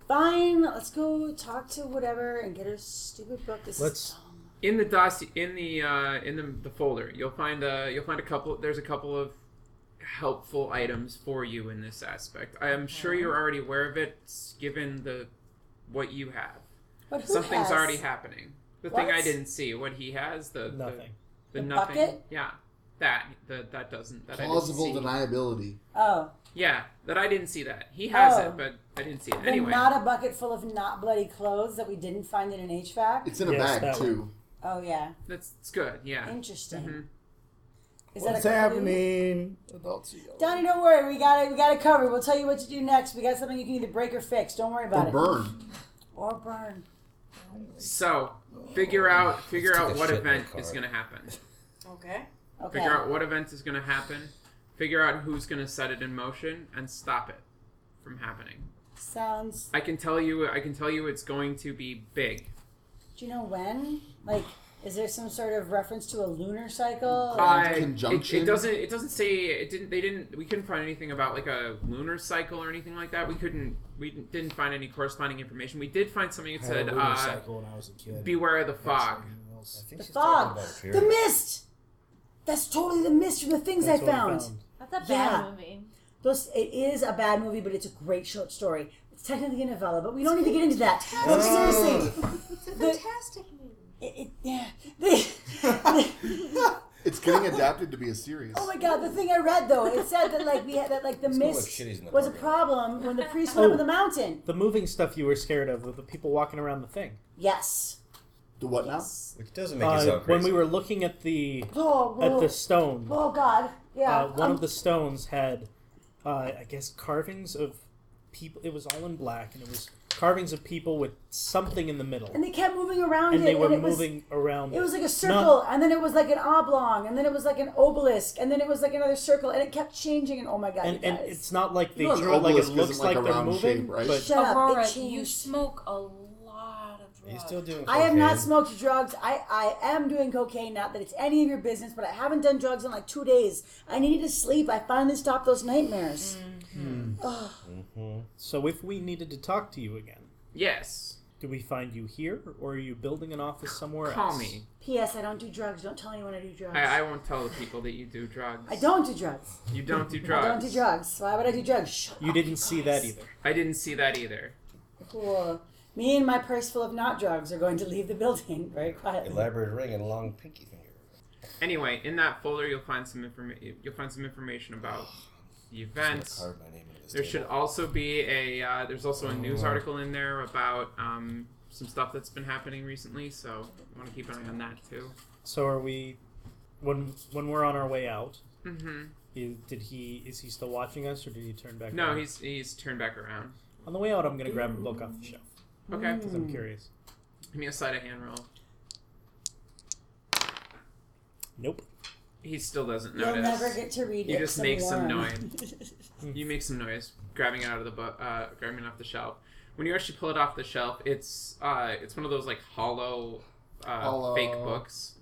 S2: Fine. Let's go talk to whatever and get her stupid book. This
S7: Let's-
S2: is dumb.
S9: In the dossier, in the uh, in the, the folder, you'll find a you'll find a couple. There's a couple of helpful items for you in this aspect. I am sure you're already aware of it, given the what you have.
S2: But who
S9: Something's
S2: has-
S9: already happening. The thing I
S2: What?
S9: didn't see, what he has, the the-
S7: Nothing.
S2: The
S9: the, nothing.
S2: bucket?
S9: Yeah, that the, that doesn't that I
S6: Plausible
S9: didn't see.
S6: deniability.
S2: Oh,
S9: Yeah, that I didn't see that. He has
S2: Oh.
S9: it, but I didn't see it
S2: then
S9: anyway.
S2: not a bucket full of not bloody clothes that we didn't find in an HVAC.
S6: It's in a
S7: Yes,
S6: bag
S7: that one.
S6: too.
S2: oh yeah,
S9: That's, that's good. Yeah.
S2: interesting.
S9: Mhm.
S2: Is
S4: What's
S2: that a clue?
S4: happening? Adults
S2: Donnie, don't worry. We got it. We got it covered. We'll tell you what to do next. We got something you can either break or fix. Don't worry about
S6: Or
S2: it.
S6: burn.
S2: Or burn.
S9: So figure out figure
S10: Let's
S9: out
S10: take a
S9: what
S10: shit in the
S9: event
S10: car.
S9: is going to happen.
S3: Okay.
S2: Okay.
S9: Figure out what event is going to happen. Figure out who's going to set it in motion and stop it from happening.
S2: Sounds.
S9: I can tell you. I can tell you. It's going to be big.
S2: Do you know when? Like, is there some sort of reference to a lunar cycle?
S9: Uh, it- It,
S6: conjunction?
S9: doesn't. It doesn't say. It didn't. They didn't. We couldn't find anything about like a lunar cycle or anything like that. We couldn't. We didn't- didn't find any corresponding information. We did find something that
S4: I had
S9: said,
S4: a lunar
S9: uh,
S4: cycle when I was a kid.
S9: "Beware of the fog."
S10: I think
S2: the
S10: she's talking
S2: fog.
S10: about a
S2: The
S10: pyramid.
S2: mist. That's totally the mist from the things
S7: That's
S2: I
S7: what we
S2: found.
S5: That's a bad
S2: Yeah.
S5: movie.
S2: Those, it is a bad movie, but it's a great short story. It's technically a novella, but we don't need to get into that. No, seriously.
S5: It's a fantastic movie.
S2: It, it, yeah. *laughs* The-
S6: It's getting adapted to be a series.
S2: Oh my god, the thing I read though, it said that like we had that like the
S10: It's gonna look
S2: mist
S10: shitty in the
S2: was a
S10: program.
S2: problem
S5: *laughs*
S2: when the priest went up
S7: Oh.
S2: in the mountain.
S7: The moving stuff you were scared of, with the people walking around the thing.
S2: Yes.
S6: The what now?
S2: Yes.
S10: Which doesn't make it
S7: Uh,
S10: sound crazy.
S7: when we were looking at the
S2: Oh,
S7: at
S2: oh,
S7: the stone,
S2: oh god. Yeah.
S7: uh, one
S2: um,
S7: of the stones had, uh, I guess, carvings of people. It was all in black, and it was carvings of people with something in the middle,
S2: and they kept moving around
S7: and
S2: it,
S7: they were
S2: and it
S7: moving around.
S2: Was, it was like a circle, and then it was like an oblong, and then it was like an obelisk, and then it was like another circle, and it kept changing. And oh my god,
S7: and,
S2: you
S7: and
S2: guys.
S7: it's not like they
S6: You know an
S7: drew it like it
S6: obelisk
S7: looks
S6: isn't like
S7: like,
S6: a
S7: they're
S6: round
S7: moving,
S6: shape, right?
S7: but
S2: shut up.
S3: Aurora,
S2: It
S3: you
S2: changed.
S3: smoke a lot
S10: Are
S3: of
S10: you
S3: drugs.
S10: still doing
S2: I have not
S10: cocaine?
S2: smoked drugs. I, I am doing cocaine, not that it's any of your business, but I haven't done drugs in like two days. I needed to sleep. I finally stopped those nightmares.
S7: So if we needed to talk to you again,
S9: Yes.
S7: do we find you here, or are you building an office somewhere
S9: Call
S7: else?
S9: me.
S2: P.S. I don't do drugs. Don't tell anyone I do drugs.
S9: I, I won't tell the people that you do drugs.
S2: I don't do drugs.
S9: You don't do
S2: *laughs*
S9: drugs.
S2: I don't do drugs. Why would I do drugs? Shut
S7: You
S9: Oh,
S2: up,
S7: didn't see that
S2: guys.
S7: either.
S9: I didn't see that either.
S2: Cool. Me and my purse full of not drugs are going to leave the building *laughs* very quietly.
S10: Elaborate ring and long pinky finger. *sighs*
S9: Anyway, in that folder, you'll find some information. You'll find some information about the
S10: I'm
S9: events.
S10: just gonna carve my name into this
S9: There
S10: table.
S9: should also be a. Uh, there's also a news
S10: Oh.
S9: article in there about um, some stuff that's been happening recently, so I want to keep an eye on that too.
S7: So are we when when we're on our way out?
S2: Mm-hmm.
S9: hmm
S7: Is, did he is he still watching us or did he turn back?
S9: No,
S7: around?
S9: he's he's turned back around.
S7: on the way out. I'm gonna grab a book off the shelf
S9: Okay,
S2: Mm.
S7: because
S6: Hmm.
S7: I'm curious.
S9: give me a sleight of hand roll.
S7: Nope.
S6: *laughs*
S9: He still doesn't
S2: You'll
S9: notice.
S2: never get to read
S9: You
S2: it.
S9: just
S2: so
S9: make some
S2: warm. *laughs*
S9: You make some noise grabbing it out of the bu- uh, grabbing it off the shelf. When you actually pull it off the shelf, it's uh, it's one of those like hollow, uh,
S6: Hollow.
S9: fake books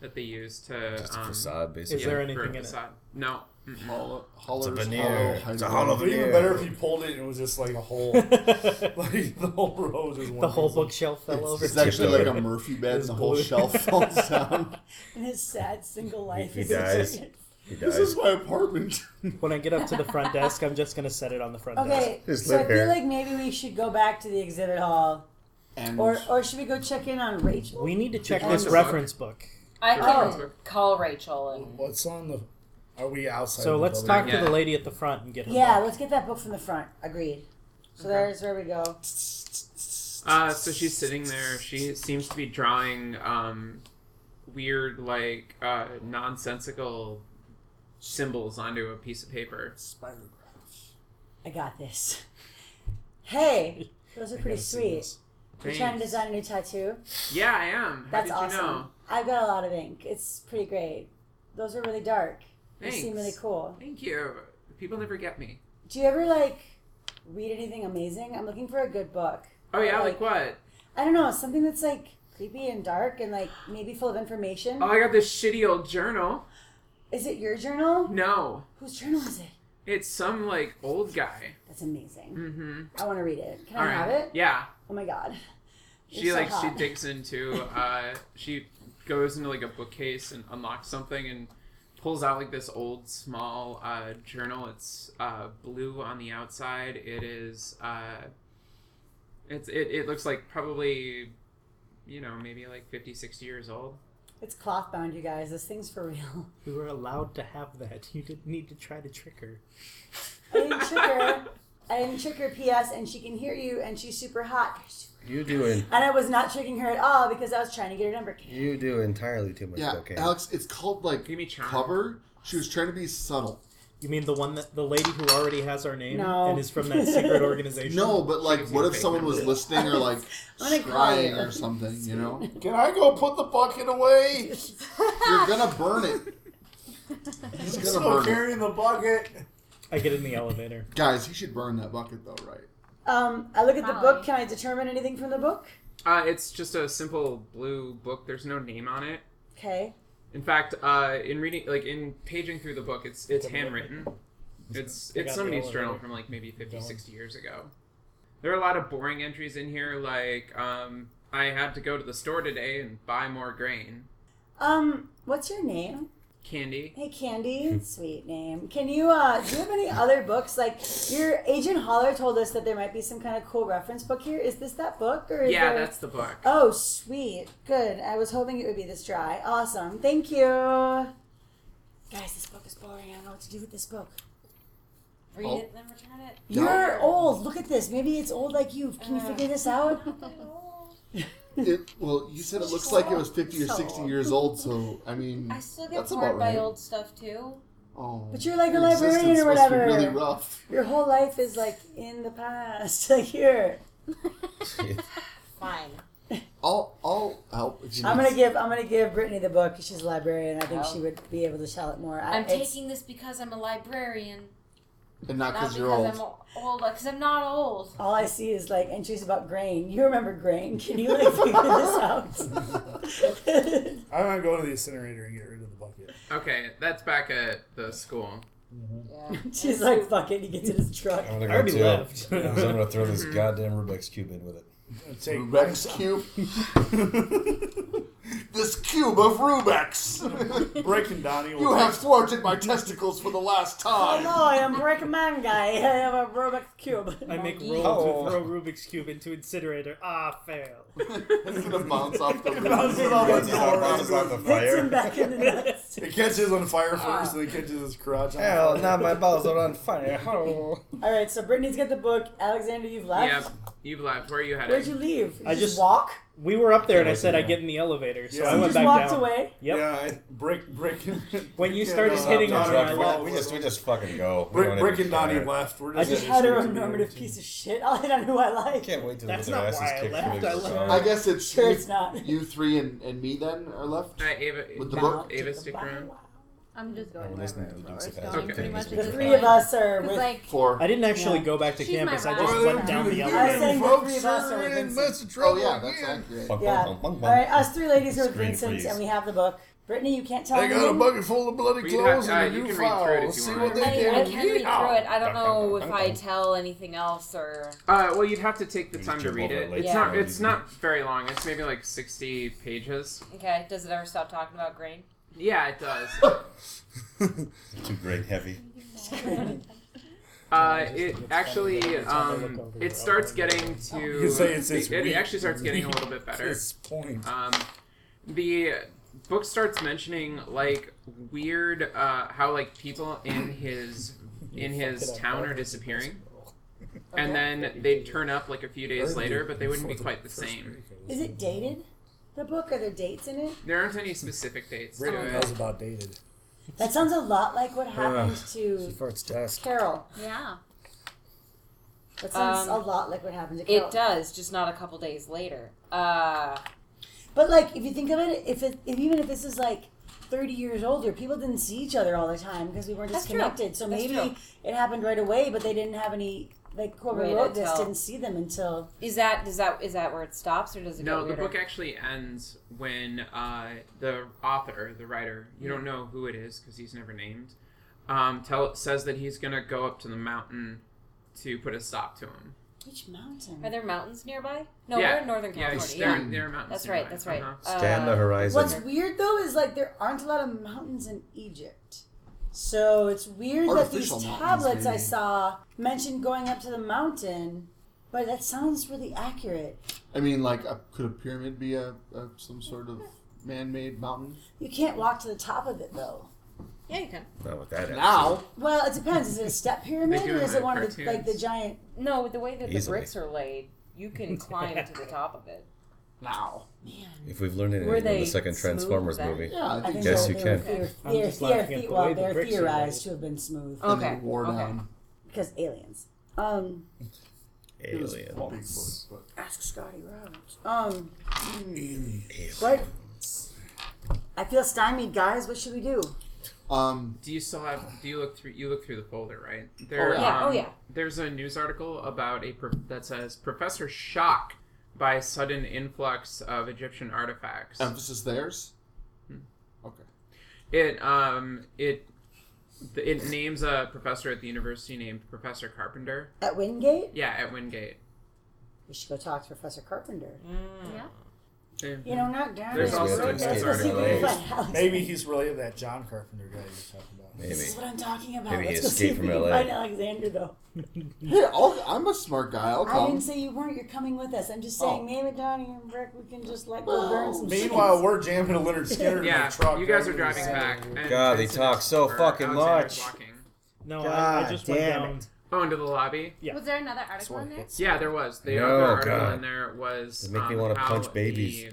S9: that they use to
S10: Just a
S9: um,
S10: facade,
S7: Is
S10: basically.
S7: there
S9: for
S7: anything in it?
S9: facade. No. Mm. Mm-mm.
S6: Hollow, hollers,
S10: veneer.
S6: hollow,
S10: It's a
S6: hiding.
S10: hollow
S4: It'd be
S10: Yeah.
S4: even better if you pulled it and it was just like a
S7: *laughs*
S6: *laughs*
S4: whole,
S7: the
S4: like the whole row just one
S7: whole
S4: piece of-
S7: bookshelf fell over.
S6: It's actually
S10: Tiptoe.
S6: like a Murphy bed, and the whole
S7: blue. *laughs*
S6: shelf falls down.
S2: And his sad single life.
S10: he
S2: *laughs* is
S10: dies.
S2: like-
S10: He dies.
S6: this is my apartment.
S7: When I get up to the front desk, I'm just gonna set it on the front desk.
S2: Okay,
S10: His
S2: so I
S10: lip
S2: feel
S10: hair.
S2: like maybe we should go back to the exhibit hall,
S6: and
S2: or or should we go check in on Rachel?
S7: We need to check
S9: On
S7: this
S9: the
S7: reference book.
S3: I can
S9: Oh.
S3: call Rachel and
S4: What's on the? Are we outside?
S7: So
S4: the
S7: let's
S4: building?
S7: talk to the lady at the front and get her.
S2: yeah,
S7: book.
S2: let's get that book from the front. Agreed. So
S9: Okay.
S2: there's where we go.
S9: Uh, so she's sitting there. She seems to be drawing um, weird, like uh, nonsensical symbols onto a piece of paper.
S2: I got this. Hey, those are
S7: I
S2: pretty
S7: gotta see
S2: sweet.
S7: this.
S2: You're trying to
S9: Thanks.
S2: design a new tattoo.
S9: Yeah, I am. How
S2: That's
S9: did you
S2: awesome.
S9: know?
S2: I've got a lot of ink. It's pretty great. Those are really dark. They seem
S9: Thanks.
S2: really cool.
S9: Thank you. People never get me.
S2: Do you ever like read anything amazing? I'm looking for a good book.
S9: Oh yeah,
S2: Like-
S9: like what?
S2: I don't know, something that's like creepy and dark and like maybe full of information.
S9: Oh, I got this shitty old journal.
S2: Is it your journal?
S9: No,
S2: Whose journal is it?
S9: it's some like old guy.
S2: That's amazing.
S9: Mm-hmm.
S2: I want to read it. Can
S9: All
S2: I
S9: right.
S2: have it?
S9: Yeah.
S2: Oh my god.
S9: She
S2: so
S9: like she
S2: hot. *laughs*
S9: digs into uh she goes into like a bookcase and unlocks something and pulls out like this old small uh journal. It's uh blue on the outside. It is uh it's it, it looks like probably you know, maybe like 50, 60 years old.
S2: It's cloth bound, you guys. This thing's for real.
S7: We were allowed to have that. You didn't need to try to trick her.
S2: I didn't trick her. I didn't trick her, P.S., and she can hear you, and she's super hot.
S10: You do en-
S2: And I was not tricking her at all because I was trying to get her number.
S10: you do entirely too much
S6: yeah,
S10: cocaine.
S6: Alex, it's called like
S9: Give me charm.
S6: cover. She was trying to be subtle.
S7: You mean the one that the lady who already has our name
S2: No.
S7: and is from
S2: *laughs*
S7: that secret organization?
S6: No, but like,
S9: She's
S6: what
S9: a
S6: if
S9: fake
S6: someone was
S9: number.
S6: listening or like
S2: I'm gonna call
S6: scrying
S2: you.
S6: or something?
S2: *laughs*
S6: You know,
S4: Can I go put the bucket away?
S6: you're gonna burn it. He's
S2: *laughs*
S4: I'm
S6: gonna
S4: still
S6: burn it,
S4: carrying the bucket.
S7: I get in the
S6: *laughs*
S7: elevator.
S6: guys. He should burn that bucket though, right?
S2: Um, I look at the
S5: Probably.
S2: book. Can I determine anything from the book?
S9: Uh it's just a simple blue book. There's no name on it.
S2: Okay.
S9: In fact, uh, in reading, like in paging through the book, it's it's handwritten. It's
S7: I
S9: it's
S7: got
S9: somebody's
S7: the
S9: journal
S7: elevator.
S9: from like maybe 50,
S7: Going.
S9: 60 years ago. There are a lot of boring entries in here, like um, I had to go to the store today and buy more grain,
S2: Um, what's your name?
S9: candy.
S2: Hey, Candy. Sweet name. Can you, uh, do you have any other books? Like, your agent Holler told us that there might be some kind of cool reference book here. Is this that book? Or is
S9: Yeah,
S2: there-
S9: that's the book.
S2: Oh, sweet. Good. I was hoping it would be this dry. Awesome. Thank you. Guys, this book is boring. I don't know what to do with this book.
S3: read
S6: Oh.
S3: it, then return
S6: *laughs*
S3: it.
S2: You're old. Look at this. Maybe it's old like you. Can you
S3: Uh.
S2: figure this
S3: *laughs*
S2: out?
S6: It, well, you said it looks like it was fifty or sixty years old, so
S2: *laughs*
S6: I mean,
S3: I still get
S6: That's
S3: bored
S6: about
S3: by
S6: right.
S3: old stuff too.
S6: oh,
S2: But you're like a
S6: your
S2: librarian
S6: existence
S2: or
S6: must be
S2: whatever.
S6: really rough.
S2: Your whole life is like in the past. *laughs* Like here.
S5: *laughs*
S3: Fine.
S6: I'll I'll help. If you
S2: I'm
S6: need
S2: gonna give I'm gonna give Brittany the book. She's a librarian. I think
S3: Oh.
S2: she would be able to tell it more. I,
S3: I'm
S2: Uh, it's-
S3: taking this because I'm a librarian,
S6: and
S3: not
S6: not because
S3: because
S6: you're old.
S3: I'm o- old. Because I'm not old.
S2: all I see is like entries about grain. You remember grain? Can you like figure this
S3: *laughs*
S2: out? *laughs*
S4: I'm gonna go to the incinerator and get rid of the bucket.
S9: Okay, that's back at the school.
S3: Yeah. *laughs*
S2: She's like, fuck it. He gets in his truck.
S10: I'm gonna go
S7: I already
S10: too.
S6: *laughs*
S7: left.
S10: I'm gonna throw this goddamn Rubik's cube in with it.
S4: I'm gonna Take
S6: Rubik's cube. *laughs* This cube of
S4: *laughs*
S6: Rubik's.
S4: Breaking down, he will
S6: you have thwarted my testicles for the last
S2: Oh
S6: time. *laughs*
S2: no, I am Brick Man Guy. I have a Rubik's Cube.
S7: I make
S3: Monkey.
S7: roll
S10: Oh.
S7: to throw Rubik's cube into incinerator. Ah, fail.
S6: It's gonna bounce off the
S4: bounces off
S6: Rubik's
S4: the
S6: cube.
S4: door.
S10: Bounces off the
S2: Hits him
S10: fire. *laughs*
S2: back in the nuts.
S4: It catches on fire
S3: Ah.
S4: first, and it catches his crotch on
S10: Hell,
S4: fire.
S10: now my balls are on fire. Oh.
S2: All right, so Brittany's got the book. Alexander, you've left.
S9: Yep. You've left. Where are you headed?
S2: Where'd you leave? You
S7: I
S2: just
S7: just-
S2: walk.
S7: We were up there, and I
S10: Yeah,
S7: said
S10: yeah.
S7: I get in the elevator, so
S4: Yeah.
S7: I went
S4: You
S2: You just
S7: back
S2: walked
S7: down.
S2: away.
S7: Yep.
S4: Yeah, I, brick, brick.
S7: When you
S4: Yeah,
S7: started
S4: no,
S7: hitting
S4: no,
S7: on her,
S4: no,
S7: I
S4: no,
S7: left.
S10: We just we just fucking go. We
S4: Brick,
S10: don't
S4: brick
S10: even
S4: and Donnie
S10: care.
S4: *laughs* left. We're
S7: I
S4: just
S7: just
S2: Just
S4: *laughs*
S2: heteronormative piece of shit. I'll hit on who I
S10: I
S2: like.
S10: can't wait till
S7: That's
S10: their
S7: not
S10: asses
S7: why I
S10: kicked
S7: left,
S10: for
S7: I
S10: this
S7: left.
S10: song.
S6: I guess it's
S2: Sure,
S6: you,
S2: it's not.
S6: you three and, and me then are left.
S9: Uh, Ava,
S6: With the
S2: Bow
S6: book?
S2: to
S9: Ava,
S2: the
S9: stick
S2: bow.
S9: around.
S5: I'm just going
S10: I'm
S5: wherever
S10: listening to
S5: the
S10: the
S5: floor
S10: Duke's of
S5: is going.
S10: Hazzard
S9: Okay.
S5: Pretty much
S10: Kings
S5: at
S10: with
S5: this
S2: The
S10: the
S2: three of
S5: point.
S2: us are
S5: 'Cause,
S2: with.
S5: like,
S6: *laughs* Four.
S7: I didn't actually
S2: Yeah.
S7: go back to
S5: She's my
S7: campus. I
S5: rival.
S7: just went down the
S2: I
S7: elevator.
S2: was saying the three of us are with Vincent.
S6: Oh yeah, that's accurate.
S2: Yeah.
S10: Bum, bum, bum,
S2: All
S10: bum.
S2: right, us three ladies are with
S10: Screen
S2: Vincent,
S10: freeze.
S2: and we have the book. Brittany, you can't tell
S6: They
S2: me.
S6: got a bucket full of bloody
S9: We'd
S6: clothes
S9: have- uh,
S6: and a
S9: you
S6: new
S9: can read through it
S6: file.
S9: if you
S6: See
S9: want.
S6: what they
S3: I, I
S6: did.
S3: can read through it. I *laughs* don't know if I tell anything else or.
S9: Uh, well, you'd have to take the
S10: You
S9: time to
S10: jump
S9: read
S10: over
S9: it.
S10: it like
S9: It's
S3: Yeah.
S9: not.
S10: that.
S9: It's not very long. It's maybe like sixty pages.
S3: Okay, does it ever stop talking about grain?
S9: Yeah, it does.
S2: *laughs*
S10: Too great heavy.
S9: Uh,
S7: just
S9: it
S7: looks
S9: actually
S7: funny every time I look
S9: um,
S7: over your
S9: it starts
S7: elbow.
S9: getting to
S4: You can say it's, it's
S9: it, it
S4: weak.
S9: actually starts getting a little bit better.
S4: This point.
S9: Um, the book starts mentioning like weird uh, how like people in his in his town are disappearing, and then they turn up like a few days later, but they
S4: *laughs*
S9: wouldn't be quite the same.
S2: Is it dated? The book? Are there dates in it?
S9: There aren't any specific dates to
S4: Brittany
S9: it.
S4: knows about dated.
S2: That sounds a lot like
S7: Uh,
S2: what happened
S4: She
S2: to
S4: farts test.
S2: Carol.
S5: Yeah.
S2: That sounds
S3: Um,
S2: a lot like what happened to Carol.
S3: It does, just not a couple days later. Uh,
S2: But like, if you think of it, if it, if even if this is like. 30 years older, people didn't see each other all the time because we weren't
S3: That's true.
S2: disconnected. So
S3: That's
S2: maybe
S3: true.
S2: it happened right away, but they didn't have any, like, whoever
S3: Way to
S2: wrote this
S3: tell.
S2: didn't see them until.
S3: is that does that is that where it stops or does it
S9: No,
S3: get
S9: the
S3: weirder?
S9: book actually ends when uh, the author, the writer, you
S3: Mm.
S9: don't know who it is because he's never named, um, tell says that he's gonna go up to the mountain to put a stop to him.
S2: Which mountain?
S3: Are there mountains nearby? No,
S9: yeah.
S3: we're in Northern
S9: Yeah,
S3: California.
S9: there,
S3: Yeah,
S9: there are mountains.
S3: that's right.
S9: nearby.
S3: That's right.
S9: Uh-huh.
S10: Scan the
S3: Uh,
S10: horizon.
S2: What's weird though is like there aren't a lot of mountains in Egypt. So it's weird that these
S6: Artificial mountains,
S2: tablets I
S6: maybe.
S2: saw mentioned going up to the mountain, but that sounds really accurate.
S6: I mean, like, a, could a pyramid be a, a some sort of man-made mountain?
S2: You can't walk to the top of it though.
S3: yeah, you can.
S10: Not with that.
S6: Now,
S2: Well, it depends. Is it a step pyramid
S9: do
S2: or
S9: in
S2: is
S9: the
S2: it one of the,
S9: cartoons.
S2: like the giant?
S3: No, with the way that the
S10: Easily.
S3: bricks are laid, you can climb to the top of it.
S6: now.
S10: If we've learned anything
S3: Were
S10: from the
S3: they
S10: second
S3: smooth
S10: Transformers
S3: back?
S2: *laughs*
S10: movie,
S6: Yeah, I
S2: I
S6: think
S2: think
S6: so.
S10: Yes,
S2: they
S10: you
S2: were-
S10: can.
S2: They were,
S7: I'm
S2: they're,
S7: just laughing at
S2: they're,
S7: the
S2: well,
S7: way the
S2: they're
S7: bricks are
S2: theorized
S7: laid.
S2: to have been smooth
S6: *laughs* And then
S3: Okay,
S6: wore
S3: okay.
S6: down.
S2: because aliens. Um,
S6: It was
S10: aliens.
S6: Bigfoot, but
S2: ask Scotty Rhodes. Um, what? I feel stymied, guys. What should we do?
S6: Um,
S9: Do you still have? Do you look through? You look through the folder, right? There,
S6: yeah.
S3: Yeah, oh,
S9: um,
S3: yeah.
S9: There's a news article about a pro- that says Professor Shock by sudden influx of Egyptian artifacts.
S10: Um,
S6: emphasis theirs.
S4: Hmm.
S6: Okay.
S9: It um it th- it names a professor at the university named Professor Carpenter.
S2: At Wingate?
S9: Yeah, at Wingate.
S2: We should go talk to Professor Carpenter.
S5: Yeah.
S6: Hmm.
S9: Mhm.
S2: You know, not down
S9: There's
S2: there.
S9: also
S2: Right
S9: an
S2: there.
S9: insert
S2: See what
S10: in
S2: we
S10: there.
S2: find Alex.
S4: Maybe he's related to that John Carpenter guy you're talking about.
S10: Maybe.
S2: This is what I'm talking about.
S10: Maybe he
S2: Let's go see
S10: escaped
S2: if
S10: from
S2: we can
S10: LA.
S2: find Alexander, though.
S6: Hey, I'll, I'm a smart guy. I'll
S2: I
S6: come.
S2: didn't say you weren't. You're coming with us. I'm just saying,
S6: Oh.
S2: maybe Donnie and Rick, we can just like
S6: Well,
S2: go burn some
S4: Meanwhile, we're jamming a Leonard Skinner in
S9: Yeah,
S4: the truck.
S9: you guys are
S4: right?
S9: driving back. and
S10: God, they
S9: Vincent
S10: talk
S9: is-
S10: so
S9: or
S10: fucking
S9: Alexander's
S10: much.
S9: walking.
S7: No, I, I just went
S10: God
S7: down.
S9: Oh, into the lobby.
S7: Yeah.
S5: Was there another article in there?
S9: Yeah, there was. The
S10: No,
S9: other article
S10: God.
S9: in there was.
S10: It make me
S9: um,
S10: wanna
S9: how
S10: punch babies.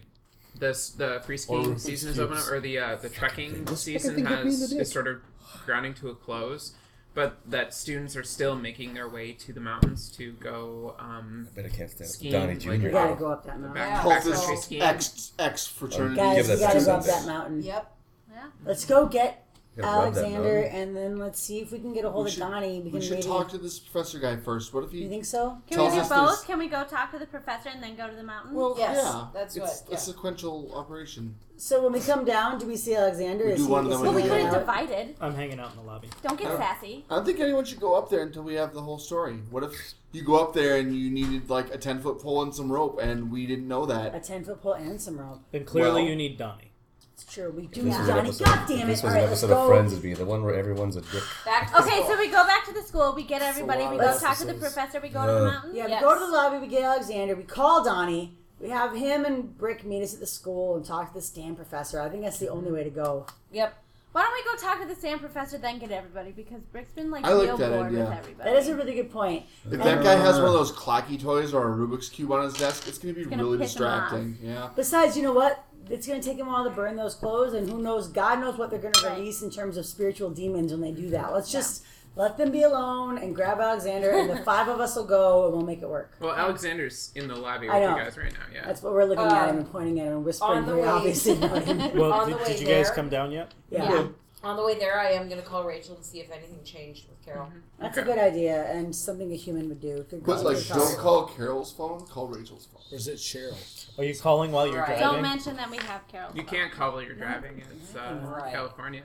S9: The, this the free skiing
S6: Rubik's
S9: season is open up,
S6: Cubes.
S9: or the uh, the trekking season
S10: thing hit me in the
S9: has
S10: dick.
S9: is sort of grounding to a close, but that students are still making their way to the mountains to go. Um,
S10: I bet I can't stand up to
S9: Skiing,
S10: Donnie
S9: like,
S10: Jr.
S2: We gotta go up that mountain.
S9: back,
S3: Yeah.
S9: backcountry
S6: Cultist
S9: skiing.
S6: X X fraternity.
S2: Guys,
S10: Give
S2: we
S10: that
S2: gotta
S10: two
S2: go up that
S10: cents.
S2: mountain.
S3: Yep.
S5: Yeah.
S2: Let's go get
S10: Gotta rub that
S2: Alexander,
S10: nug.
S2: and then let's see if we can get a hold
S6: We
S2: of
S6: should-
S2: Donnie. We
S6: We
S2: can
S6: should
S2: maybe.
S6: talk to this professor guy first. What if
S2: You
S6: he?
S2: think so?
S5: Can
S6: Tells
S5: we do
S6: us
S5: both?
S6: this.
S5: Can we go talk to the professor and then go to the mountain?
S6: Well,
S3: Yes,
S6: yeah.
S3: that's
S6: it's
S3: what-
S6: a
S3: yeah.
S6: sequential operation.
S2: So when we come down, do we see Alexander?
S6: We
S2: is
S6: do
S2: he,
S6: one of
S2: is
S6: them
S2: he
S5: well, we
S6: Yeah.
S5: could
S2: hanging
S5: have
S2: out?
S5: divided.
S7: I'm hanging out in the lobby.
S5: Don't get
S6: Oh.
S5: sassy.
S6: I don't think anyone should go up there until we have the whole story. What if you go up there and you needed like a ten foot pole and some rope, and we didn't know
S2: A
S6: that.
S2: ten foot pole and some rope.
S7: Then clearly
S6: Well-
S7: you need Donnie.
S2: It's true. We do
S10: If this
S2: need
S10: was an
S2: Johnny.
S10: episode,
S2: God
S10: if
S2: damn
S10: this
S2: it! All
S10: was an
S2: right, let's
S10: episode of
S2: go.
S10: Friends, would be the one where everyone's a dick.
S3: Back to
S5: Okay, so we go back to the school. We get everybody. We go
S2: Let's-
S5: talk to the professor. We go to the
S10: Uh,
S5: mountain.
S2: Yeah,
S3: Yes.
S2: we go to the lobby. We get Alexander. We call Donnie. We have him and Brick meet us at the school and talk to this damn professor. I think that's
S3: Mm-hmm.
S2: the only way to go.
S3: Yep.
S5: Why don't we go talk to the Sam professor then get everybody because Brick's been like
S6: I like
S5: real
S6: that
S5: bored with
S6: idea.
S5: everybody.
S2: That is a really good point.
S6: If that guy has one of those clacky toys or a Rubik's cube on his desk, it's gonna be
S5: gonna
S6: really
S5: piss him off.
S6: distracting. Yeah.
S2: Besides, you know what? It's going to take them a while to burn those clothes, and who knows? God knows what they're going to
S5: Right.
S2: release in terms of spiritual demons when they do that. Let's just let them be alone and grab Alexander, and
S3: *laughs*
S2: the five of us will go, and we'll make it work.
S9: Well, Alexander's in the lobby with
S2: I
S9: you
S2: know.
S9: guys right now. Yeah.
S2: That's what we're looking at him
S3: Um,
S2: and pointing at him and
S3: On
S2: whispering
S3: the
S2: very
S3: way.
S2: obviously about
S3: *laughs*
S2: him.
S7: Well,
S3: On the
S7: did,
S3: way
S7: did you guys
S3: there-
S7: come down yet?
S2: Yeah.
S3: Yeah. On the way there, I am gonna call Rachel and see if anything changed with Carol.
S2: That's a
S9: Okay.
S2: good idea and something a human would do. Good
S6: But
S2: call,
S6: like,
S2: good call.
S6: don't call Carol's phone. Call Rachel's phone.
S4: Or is it Cheryl?
S7: Are you calling while you're
S3: Right.
S7: driving?
S5: Don't mention that we have Carol.
S9: You can't call while you're driving. It's uh,
S3: Right.
S9: California.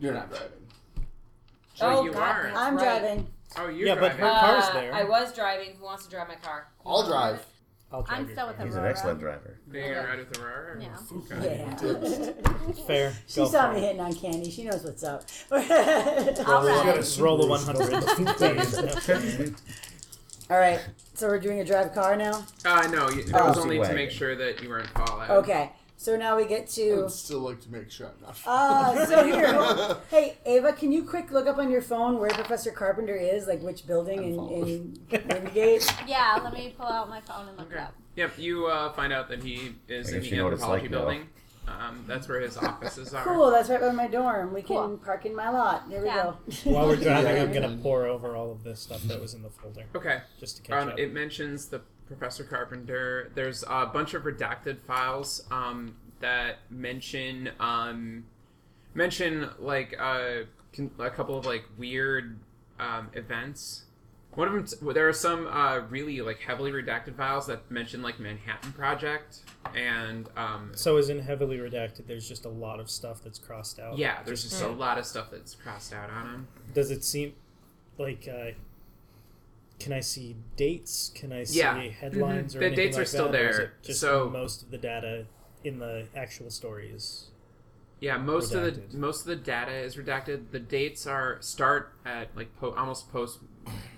S6: You're not driving.
S9: Oh,
S3: Oh,
S9: you
S3: God,
S9: are.
S3: that's-
S2: I'm
S3: Right.
S2: driving.
S9: Oh, you're
S7: Yeah, but
S9: driving.
S7: Her
S2: Uh,
S7: car's there.
S3: Uh, I was driving. Who wants to drive my car?
S6: I'll drive.
S7: I'll drive
S5: I'm
S7: your
S5: still with
S7: car.
S10: He's
S5: him.
S10: an excellent driver.
S9: They
S3: Okay.
S9: ride with Aurora.
S5: Yeah.
S2: Yeah.
S7: Fair.
S2: she
S7: Go
S2: saw
S7: for
S2: me
S7: it.
S2: hitting on candy. She knows what's up. *laughs*
S5: All
S4: Well,
S5: right.
S4: we got a
S7: Roll the
S4: Subaru. *laughs*
S7: 100.
S2: All right. So we're doing a drive car now.
S9: Uh, no, you, it
S2: Oh.
S9: was only to
S10: Wagon.
S9: make sure that you weren't fallout.
S2: Okay. So now we get
S6: I
S2: to.
S6: would still like to make sure I'm not.
S2: Uh,
S6: *laughs*
S2: so here, hey Ava, can you quick look up on your phone where Professor Carpenter is, like which building in, in Wingate?
S5: *laughs* Yeah, let me pull out my phone and look it
S9: Okay.
S5: up.
S9: Yep, you uh, find out that he is
S10: I
S9: in
S10: guess you
S9: the
S10: know what it's
S9: anthropology
S10: like now.
S9: building. Um, that's where his offices are.
S2: Cool, that's right by my dorm. We can
S5: Cool.
S2: park in my lot. There we
S5: Yeah.
S2: go.
S7: *laughs* While we're driving,
S6: Yeah.
S7: I'm gonna pour over all of this stuff that was in the folder
S9: Okay.
S7: just to catch
S9: Um,
S7: up.
S9: it mentions the Professor Carpenter. There's a bunch of redacted files um, that mention um, mention like uh, con- a couple of like weird um, events. One of them, there are some uh, really like heavily redacted files that mention like Manhattan Project and um,
S7: so is in heavily redacted. There's just a lot of stuff that's crossed out.
S9: yeah, there's just a lot of stuff that's crossed out on him.
S7: Does it seem like? Uh, can I see dates? Can I see
S9: Yeah.
S7: headlines
S9: Mhm.
S7: or
S9: The
S7: anything
S9: dates
S7: like
S9: are still
S7: that, or is
S9: there,
S7: it just
S9: so-
S7: most of the data in the actual stories.
S9: Yeah, most of
S7: Redacted.
S9: the most of the data is redacted. The dates are start at like po- almost post,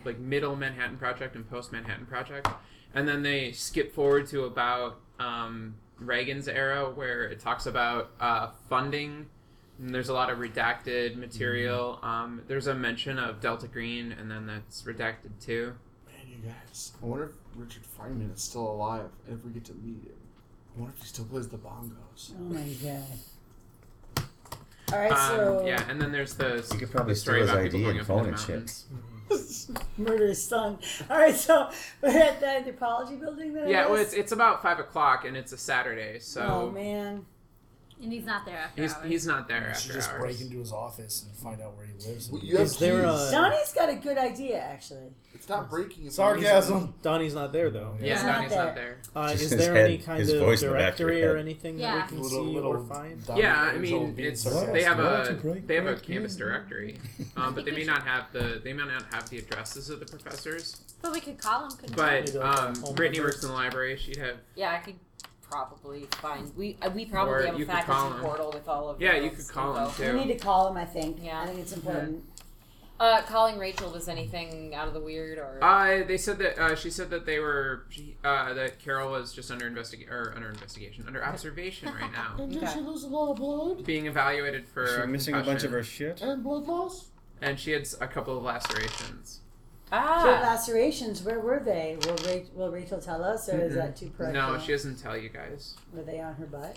S9: like middle Manhattan Project and post Manhattan Project, and then they skip forward to about um, Reagan's era where it talks about uh, funding. And there's a lot of redacted material.
S10: Mm-hmm.
S9: Um, there's a mention of Delta Green, and then that's redacted too.
S6: Man, you guys. I wonder if Richard Feynman is still alive, and if we get to meet him. I wonder if he still plays the bongos.
S2: Oh my god. All right, so
S9: Um, yeah, and then there's the
S10: You could probably
S9: the story
S10: steal his
S9: about people
S10: ID
S9: going
S10: and
S9: up
S10: phone
S9: into the
S10: and shit.
S9: mountains.
S2: *laughs* murder his son. All right, so *laughs* we're at the anthropology building. Then I
S9: Yeah, well,
S2: guess?
S9: it's, it's about five o'clock, and it's a Saturday, so
S2: oh man.
S5: And he's not there after
S9: He's,
S5: hours.
S9: he's not there
S4: Should
S9: after
S7: *laughs*
S4: just
S9: hours.
S4: break into his office and find out where he lives.
S6: Well, you have
S7: Is there
S6: keys.
S7: a-
S2: Donnie's got a good idea actually.
S6: It's not breaking. It's
S4: Sarcasm.
S7: Donnie's not there though.
S9: Yeah,
S2: He's
S9: no,
S2: not
S9: he's
S2: there.
S9: not there.
S7: Uh,
S10: Just
S7: is
S10: his
S7: there
S10: head-
S7: any kind
S10: his
S7: of
S10: voice in the back of your
S7: directory or
S10: head.
S7: anything
S5: Yeah.
S7: that we can see or find?
S9: Yeah, I mean, it's,
S4: sarcastic.
S9: they have a
S10: Lots of
S9: they have a
S10: break- *laughs*
S9: campus directory, um, but they may not have the they may not have the addresses of the professors.
S5: But we could call him. couldn't
S9: But
S7: Maybe like
S9: um,
S10: Oh
S7: home
S9: Brittany
S7: numbers.
S9: works in the library. She'd have
S3: Yeah, I could probably find. We uh, we probably
S9: Or
S3: have a
S9: you could call
S3: faculty
S9: him.
S3: portal with all of.
S9: yeah, you
S3: those
S9: could call him
S3: info.
S2: We need
S9: too.
S2: to call him. I think.
S3: Yeah.
S2: I think it's important.
S3: Uh, calling Rachel was anything out of the weird or?
S9: Uh, they said that uh, she said that they were she, uh, that Carol was just under investigation or under investigation under observation right
S6: *laughs*
S9: now,
S3: Okay.
S6: she lose a lot of blood
S9: being evaluated for
S10: She's
S9: uh,
S10: missing a bunch of her
S9: concussion,
S10: shit.
S6: and blood loss.
S9: and she had s- a couple of lacerations.
S2: So
S3: ah,
S2: lacerations, where were they? Will, Ra- will Rachel tell us, or is that too personal?
S9: No, she doesn't tell you guys.
S2: Were they on her butt?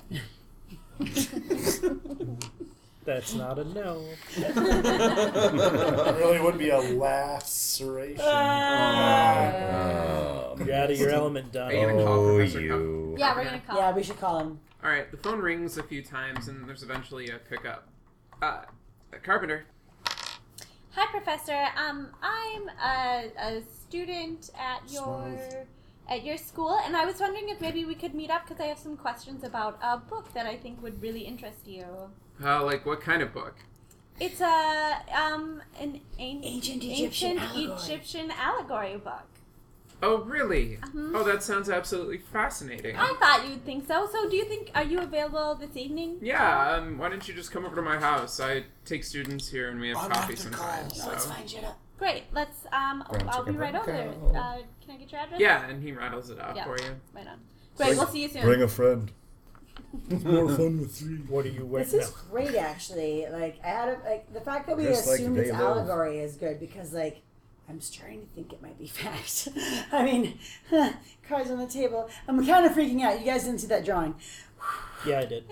S7: That's not a no.
S6: *laughs*
S4: It really would be a laceration.
S6: Oh
S2: Uh,
S3: Uh,
S10: Um,
S7: You're out of your element,
S9: Are you
S7: Donnie.
S9: gonna call
S10: oh,
S9: Professor
S10: you.
S5: *laughs* Yeah, we're gonna call.
S2: yeah,
S5: him.
S2: we should call him.
S9: All right, the phone rings a few times, and there's eventually a pickup. Uh, Carpenter.
S5: Hi, Professor. Um, I'm a, a student at your
S6: Smooth.
S5: at your school, and I was wondering if maybe we could meet up because I have some questions about a book that I think would really interest you.
S9: Uh, like what kind of book?
S5: It's a um an an-
S2: Ancient Egyptian
S5: ancient
S2: allegory.
S5: Egyptian allegory book. Mm-hmm.
S9: Oh, really? Oh, that sounds absolutely fascinating.
S2: Oh.
S5: I thought you'd think so. So, do you think are you available this evening?
S9: Yeah, um, why don't you just come over to my house? I take students here and we have
S4: I'm
S9: coffee
S4: after
S9: sometimes.
S2: No, it's
S9: So.
S2: fine. Shut up.
S5: Great. Let's. Um.
S10: Right,
S5: I'll be
S10: chicken
S5: right over there.
S10: butt.
S5: Uh, can I get your address?
S9: Yeah, and he rattles it up
S5: Yeah.
S9: for you.
S5: Right on. Great. We'll see you soon.
S10: *laughs* Bring a friend.
S4: More fun with three.
S7: What are you wearing?
S2: This is great, actually. Like I had a, like the fact that we
S10: Just like
S2: assumed
S10: they
S2: it's
S10: live.
S2: allegory is good because like I'm starting to think it might be *laughs* fact. I mean, *laughs* cards on the table. I'm kind of freaking out. You guys didn't see that drawing.
S7: Yeah, I did.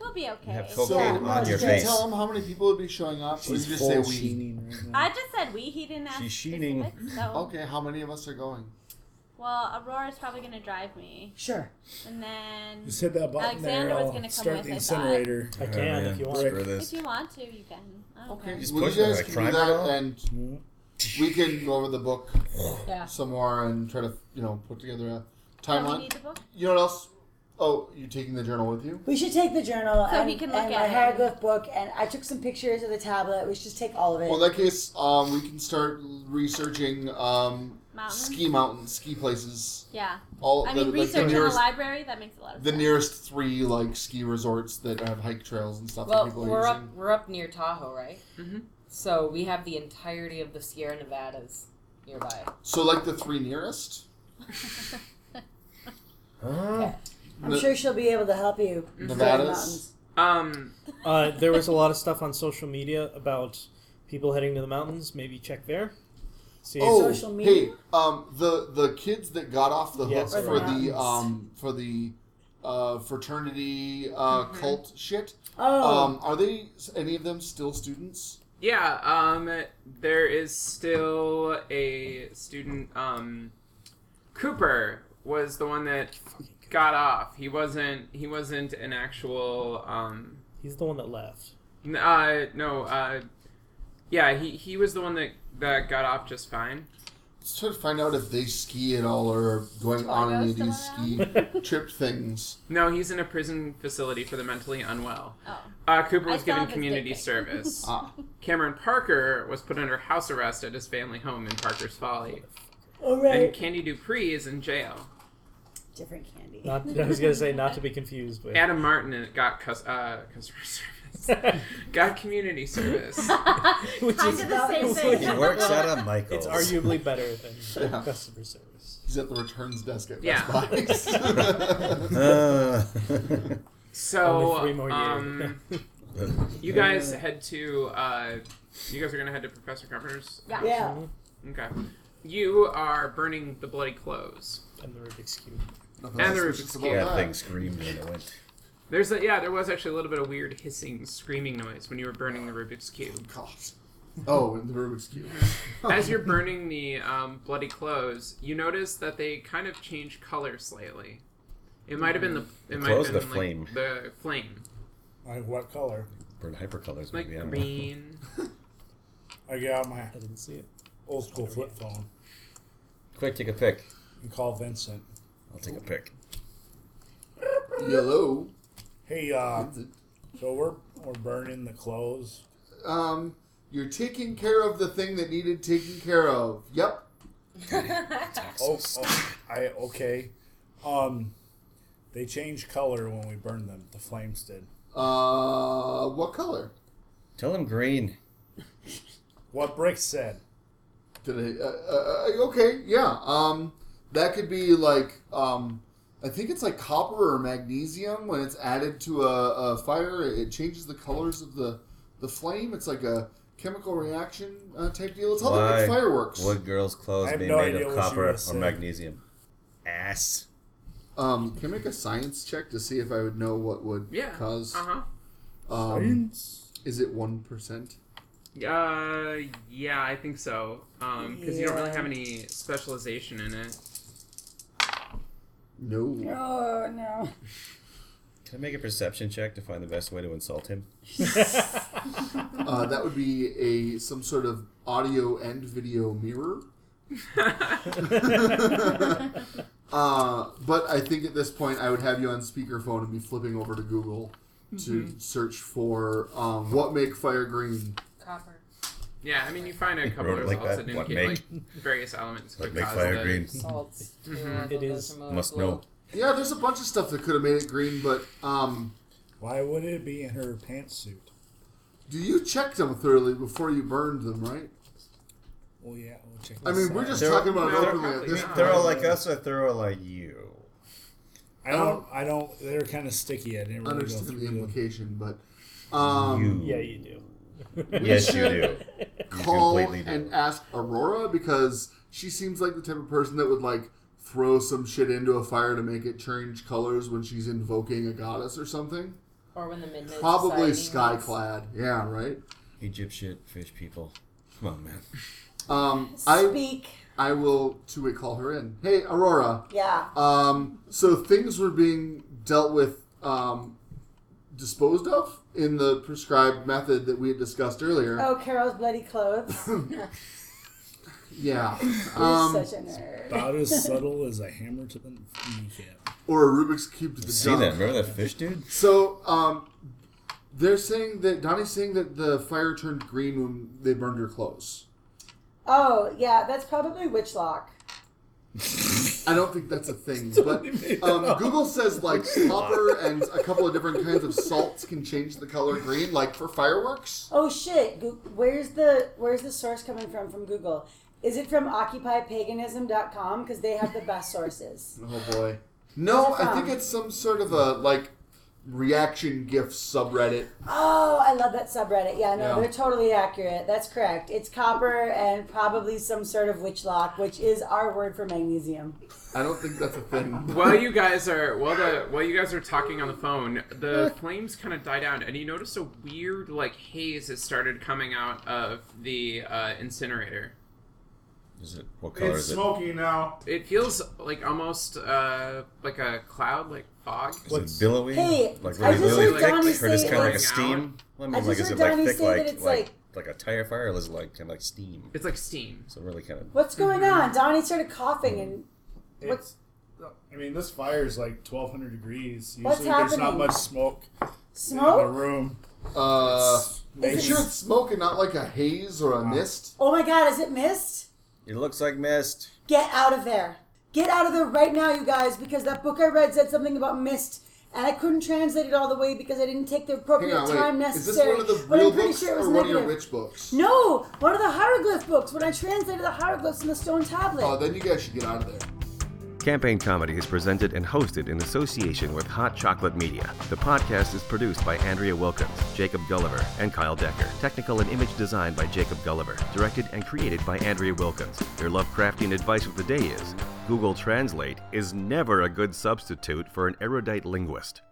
S5: We'll be okay.
S10: have
S6: So,
S10: cocaine
S6: no,
S10: on
S6: did
S10: your
S6: you
S10: face.
S6: tell him how many people would be showing up? Or Oh, you just say we?
S4: right
S5: I just said we. He didn't ask.
S10: She's sheening.
S5: specifics, So,
S6: Okay, how many of us are going?
S5: Well, Aurora's probably gonna drive me,
S2: Sure.
S5: and then
S4: Just hit that button
S5: Alexander
S4: there.
S5: was
S4: I'll
S5: gonna come
S4: start
S5: with,
S4: the
S5: I thought.
S4: incinerator.
S7: I can if you want.
S10: Oh, Screw
S5: if
S10: this.
S5: you want to, you can. I don't
S6: Okay,
S5: care.
S10: Just
S6: well,
S10: push
S6: you
S10: the
S6: guys can do
S10: crime
S6: that,
S10: button.
S6: and we can go over the book
S2: Yeah.
S6: some more and try to, you know, put together a
S5: Don't we
S6: timeline.
S5: need the book?
S6: You know what else? Oh, you taking the journal with you?
S2: We should take the journal
S5: So
S2: and,
S5: he can look
S2: and
S5: at
S2: my
S5: it.
S2: hieroglyph book, and I took some pictures of the tablet. We should just take all of it.
S6: Well, in that case, um, we can start researching um,
S5: Mountains?
S6: ski mountains, ski places.
S5: Yeah.
S6: All
S5: I
S6: the,
S5: mean,
S6: like,
S5: research
S6: the
S5: in a
S6: nearest,
S5: library that makes a lot of *laughs*
S6: the
S5: sense.
S6: nearest three like ski resorts that have hike trails and stuff that
S3: Well,
S6: people
S3: we're
S6: are
S3: up
S6: using.
S3: we're up near Tahoe, right?
S9: Mhm.
S3: So we have the entirety of the Sierra Nevadas
S6: *laughs*
S3: nearby.
S6: So, like the three nearest.
S10: Huh?
S2: I'm
S6: the-
S2: sure she'll be able to help you. with the
S6: Nevadas?
S2: mountains.
S9: Um,
S7: Uh, there was a lot of stuff on social media about people heading to the mountains. Maybe check there. See if-
S6: Oh,
S2: social media?
S6: hey, um, the the kids that got off the hook
S7: Yes,
S6: for
S2: right.
S6: the um for the uh, fraternity uh, cult shit.
S2: Mm-hmm. Oh,
S6: Um, are they any of them still students?
S9: yeah, um, there is still a student. Um, Cooper was the one that got off. He wasn't. He wasn't an actual. Um,
S7: he's the one that
S2: *laughs*
S7: left.
S9: n- uh, no. Uh, yeah, he he was the one that that got off just fine.
S6: Let's try to find out if they ski at all or are going on any of these ski
S2: *laughs*
S6: trip things.
S9: No, he's in a prison facility for the mentally unwell.
S5: Oh.
S9: Uh, Cooper
S5: I
S9: was
S5: saw
S9: given
S5: this
S9: community
S5: dick pic. *laughs*
S9: service. Uh,
S6: Ah,
S9: Cameron Parker was put under house arrest at his family home in Parker's Folly.
S2: all
S9: And
S2: right.
S9: Candy Dupree is in jail.
S2: Different candy.
S7: Not, I was gonna say not to be confused with.
S9: Adam Martin got cus- uh, customer *laughs* service.
S7: *laughs*
S9: got community service.
S6: *laughs*
S7: Which
S5: kind
S7: is-
S5: *laughs* of the same
S10: He
S5: thing.
S10: works at a Michael's.
S7: It's arguably better than
S6: Yeah.
S7: customer service.
S6: he's at the returns desk at
S9: Yeah.
S6: *laughs*
S9: *laughs*
S6: Best
S10: *laughs*
S6: Buy.
S10: Uh,
S9: So,
S7: Only three more years. *laughs*
S9: um, you guys head to, uh, you guys are going to head to Professor Carpenter's?
S5: Yeah.
S2: Yeah.
S9: Okay. You are burning the bloody clothes.
S7: and the Rubik's cube.
S6: Nothing
S9: And the
S6: suspicious
S9: Rubik's
S6: about
S9: Cube.
S10: that
S6: that.
S10: thing screamed and it went.
S9: There's a, yeah, there was actually a little bit of weird hissing, screaming noise when you were burning the Rubik's Cube.
S6: Cops. Oh, and the Rubik's Cube.
S9: As you're burning the um, bloody clothes, you notice that they kind of change color slightly. It might have been the it might have
S10: clothes
S9: been
S10: or the
S9: like,
S10: flame?
S9: the flame
S4: Like what color?
S10: Burn hypercolors,
S9: like
S10: maybe. I don't know.
S9: green.
S4: I get out my
S7: I didn't
S2: *laughs*
S7: see it.
S4: old school flip phone
S10: *laughs* Quick, take a pic.
S4: and call Vincent.
S10: I'll take a pic.
S6: Yellow.
S4: Hey, uh, so we're we're burning the clothes.
S6: Um, you're taking care of the thing that needed taken care of. Yep.
S4: Oh, oh, I okay. Um, they change color when we burn them. The flames did.
S6: Uh, what color?
S10: Tell him green.
S4: What Brick said.
S6: Did I, uh, uh, uh, okay, yeah. Um, that could be like, um, I think it's like copper or magnesium. When it's added to a, a fire, it changes the colors of the, the flame. It's like a chemical reaction uh, type deal. It's all
S10: Why
S6: like fireworks.
S10: would girls'
S4: I
S10: clothes
S4: have
S10: be
S4: no
S10: made
S4: idea
S10: of
S4: what she
S10: copper
S4: was
S10: or
S4: saying.
S10: magnesium? Ass.
S6: Um, can I make a science check to see if I would know what would
S9: Yeah. Uh
S6: cause?
S9: huh.
S6: Um, is it 1%?
S9: Uh, yeah, I think so. Um, because you don't really
S2: Yeah.
S9: have any specialization in it.
S6: No.
S2: Oh no.
S10: Can I make a perception check to find the best way to insult him?
S6: Uh, that would be a some sort of audio and video mirror. uh, but I think at this point I would have you on speakerphone and be flipping over to
S9: Mm-hmm.
S6: Google to search for um, what make fire green.
S3: Copper.
S9: Yeah, I mean, you find a couple
S10: wrote
S9: of
S10: it like
S9: results
S10: that?
S9: that
S10: What
S9: indicate like various elements
S10: What
S9: could
S10: makes
S9: cause
S10: fire
S9: the
S10: green?
S9: *laughs*
S3: Salts. too,
S9: Mhm.
S3: I thought
S7: It
S3: those
S7: is.
S3: were more
S10: Must
S3: blue.
S10: know.
S6: Yeah, there's a bunch of stuff that could have made it green, but um,
S4: Why would it be in her pantsuit?
S6: do you check them thoroughly before you burned them, right?
S4: Well, yeah, we'll check.
S6: I
S4: this
S6: mean, we're
S4: out.
S6: just
S10: They're-
S6: talking about it
S9: they're
S6: openly at
S9: probably
S6: this
S9: not.
S6: point.
S10: They're all like us or thorough like you?
S4: I don't. I don't. They're kind of sticky. I didn't really
S6: understand
S4: go
S6: the
S4: through them.
S6: implication, but um,
S10: you.
S7: *laughs* Yeah, you do.
S10: Yes, you do.
S7: *laughs*
S10: You
S6: call
S10: completely do.
S6: and ask Aurora because she seems like the type of person that would like throw some shit into a fire to make it change colors when she's invoking a goddess or something.
S3: Or when the midnight
S6: Probably
S3: Society meets.
S6: skyclad. Yeah, right.
S10: Egyptian fish people. Come on, man.
S6: Um, I
S2: Speak.
S6: I will two way call her in. Hey, Aurora.
S2: Yeah.
S6: Um, so things were being dealt with, um, disposed of in the prescribed method that we had discussed earlier.
S2: Oh, Carol's bloody
S6: *laughs*
S2: clothes. *laughs*
S6: Yeah.
S2: You're
S6: Um,
S2: such a nerd.
S4: About
S6: *laughs*
S4: as subtle as a hammer to the kneecap.
S6: or a Rubik's cube to the
S10: See
S6: junk.
S10: that? Remember that fish dude?
S6: So, um, they're saying that Donnie's saying that the fire turned green when they burned her clothes.
S2: Oh, yeah, that's probably Witchlock.
S6: I *laughs* don't think that's a thing, but um, Google says like copper and a couple of different kinds of salts can change the color green, like for fireworks.
S2: Oh shit! Goo- Where's the where's the source coming from from Google? Is it from OccupyPaganism.com? Because they have the best sources.
S6: Oh boy. No,
S2: Where's it
S6: I think
S2: from?
S6: it's some sort of a like reaction GIF subreddit.
S2: Oh, I love that subreddit. Yeah, no,
S6: Yeah.
S2: they're totally accurate. That's correct. It's copper and probably some sort of witchlock, which is our word for magnesium.
S6: I don't think that's a thing.
S9: While you guys are while the while you guys are talking on the phone, the flames kind of die down, and you notice a weird like haze has started coming out of the uh, incinerator.
S10: Is it what color
S11: It's
S10: is it?
S11: smoky now.
S9: It feels like almost uh, like a cloud, like fog.
S10: Is
S7: What's-
S10: it billowy?
S2: Hey,
S10: like
S2: I
S10: really,
S2: just
S10: really
S2: heard
S9: thick,
S2: Donnie
S9: or
S10: or just
S2: say
S10: kind of like
S9: like-
S10: a steam? I mean,
S2: I just
S10: like is
S2: heard
S10: it like
S2: Donnie
S10: thick,
S2: say that
S10: like
S2: it's
S10: like,
S2: like-
S10: like a tire fire, or is it like kind of like steam?
S9: It's like steam.
S10: So really kind of.
S2: what's going
S6: Mm-hmm.
S2: on. Donnie started coughing, and
S11: It's. I mean, this fire is like 1,200 degrees. Usually,
S2: What's
S11: there's not
S2: happening?
S11: much smoke, in the
S2: smoke.
S11: room.
S6: *laughs* Uh,
S2: Is
S6: you
S2: it-
S6: sure it's smoke and not like a haze or a mist?
S2: Oh my God! Is it mist?
S10: It looks like mist.
S2: Get out of there. Get out of there right now, you guys, because that book I read said something about mist. And I couldn't translate it all the way because I didn't take the appropriate
S6: Hang on,
S2: time
S6: wait. Is this
S2: necessary.
S6: one of the
S2: but
S6: real
S2: I'm pretty
S6: books
S2: sure it was
S6: or one of your
S2: negative.
S6: witch books?
S2: No, one of the hieroglyph books. When I translated the hieroglyphs in the stone tablet.
S6: Oh, then you guys should get out of there.
S1: Campaign Comedy is presented and hosted in association with Hot Chocolate Media. The podcast is produced by Andrea Wilkins, Jacob Gulliver, and Kyle Decker. Technical and image design by Jacob Gulliver. Directed and created by Andrea Wilkins. Their Lovecraftian advice of the day is Google Translate is never a good substitute for an erudite linguist.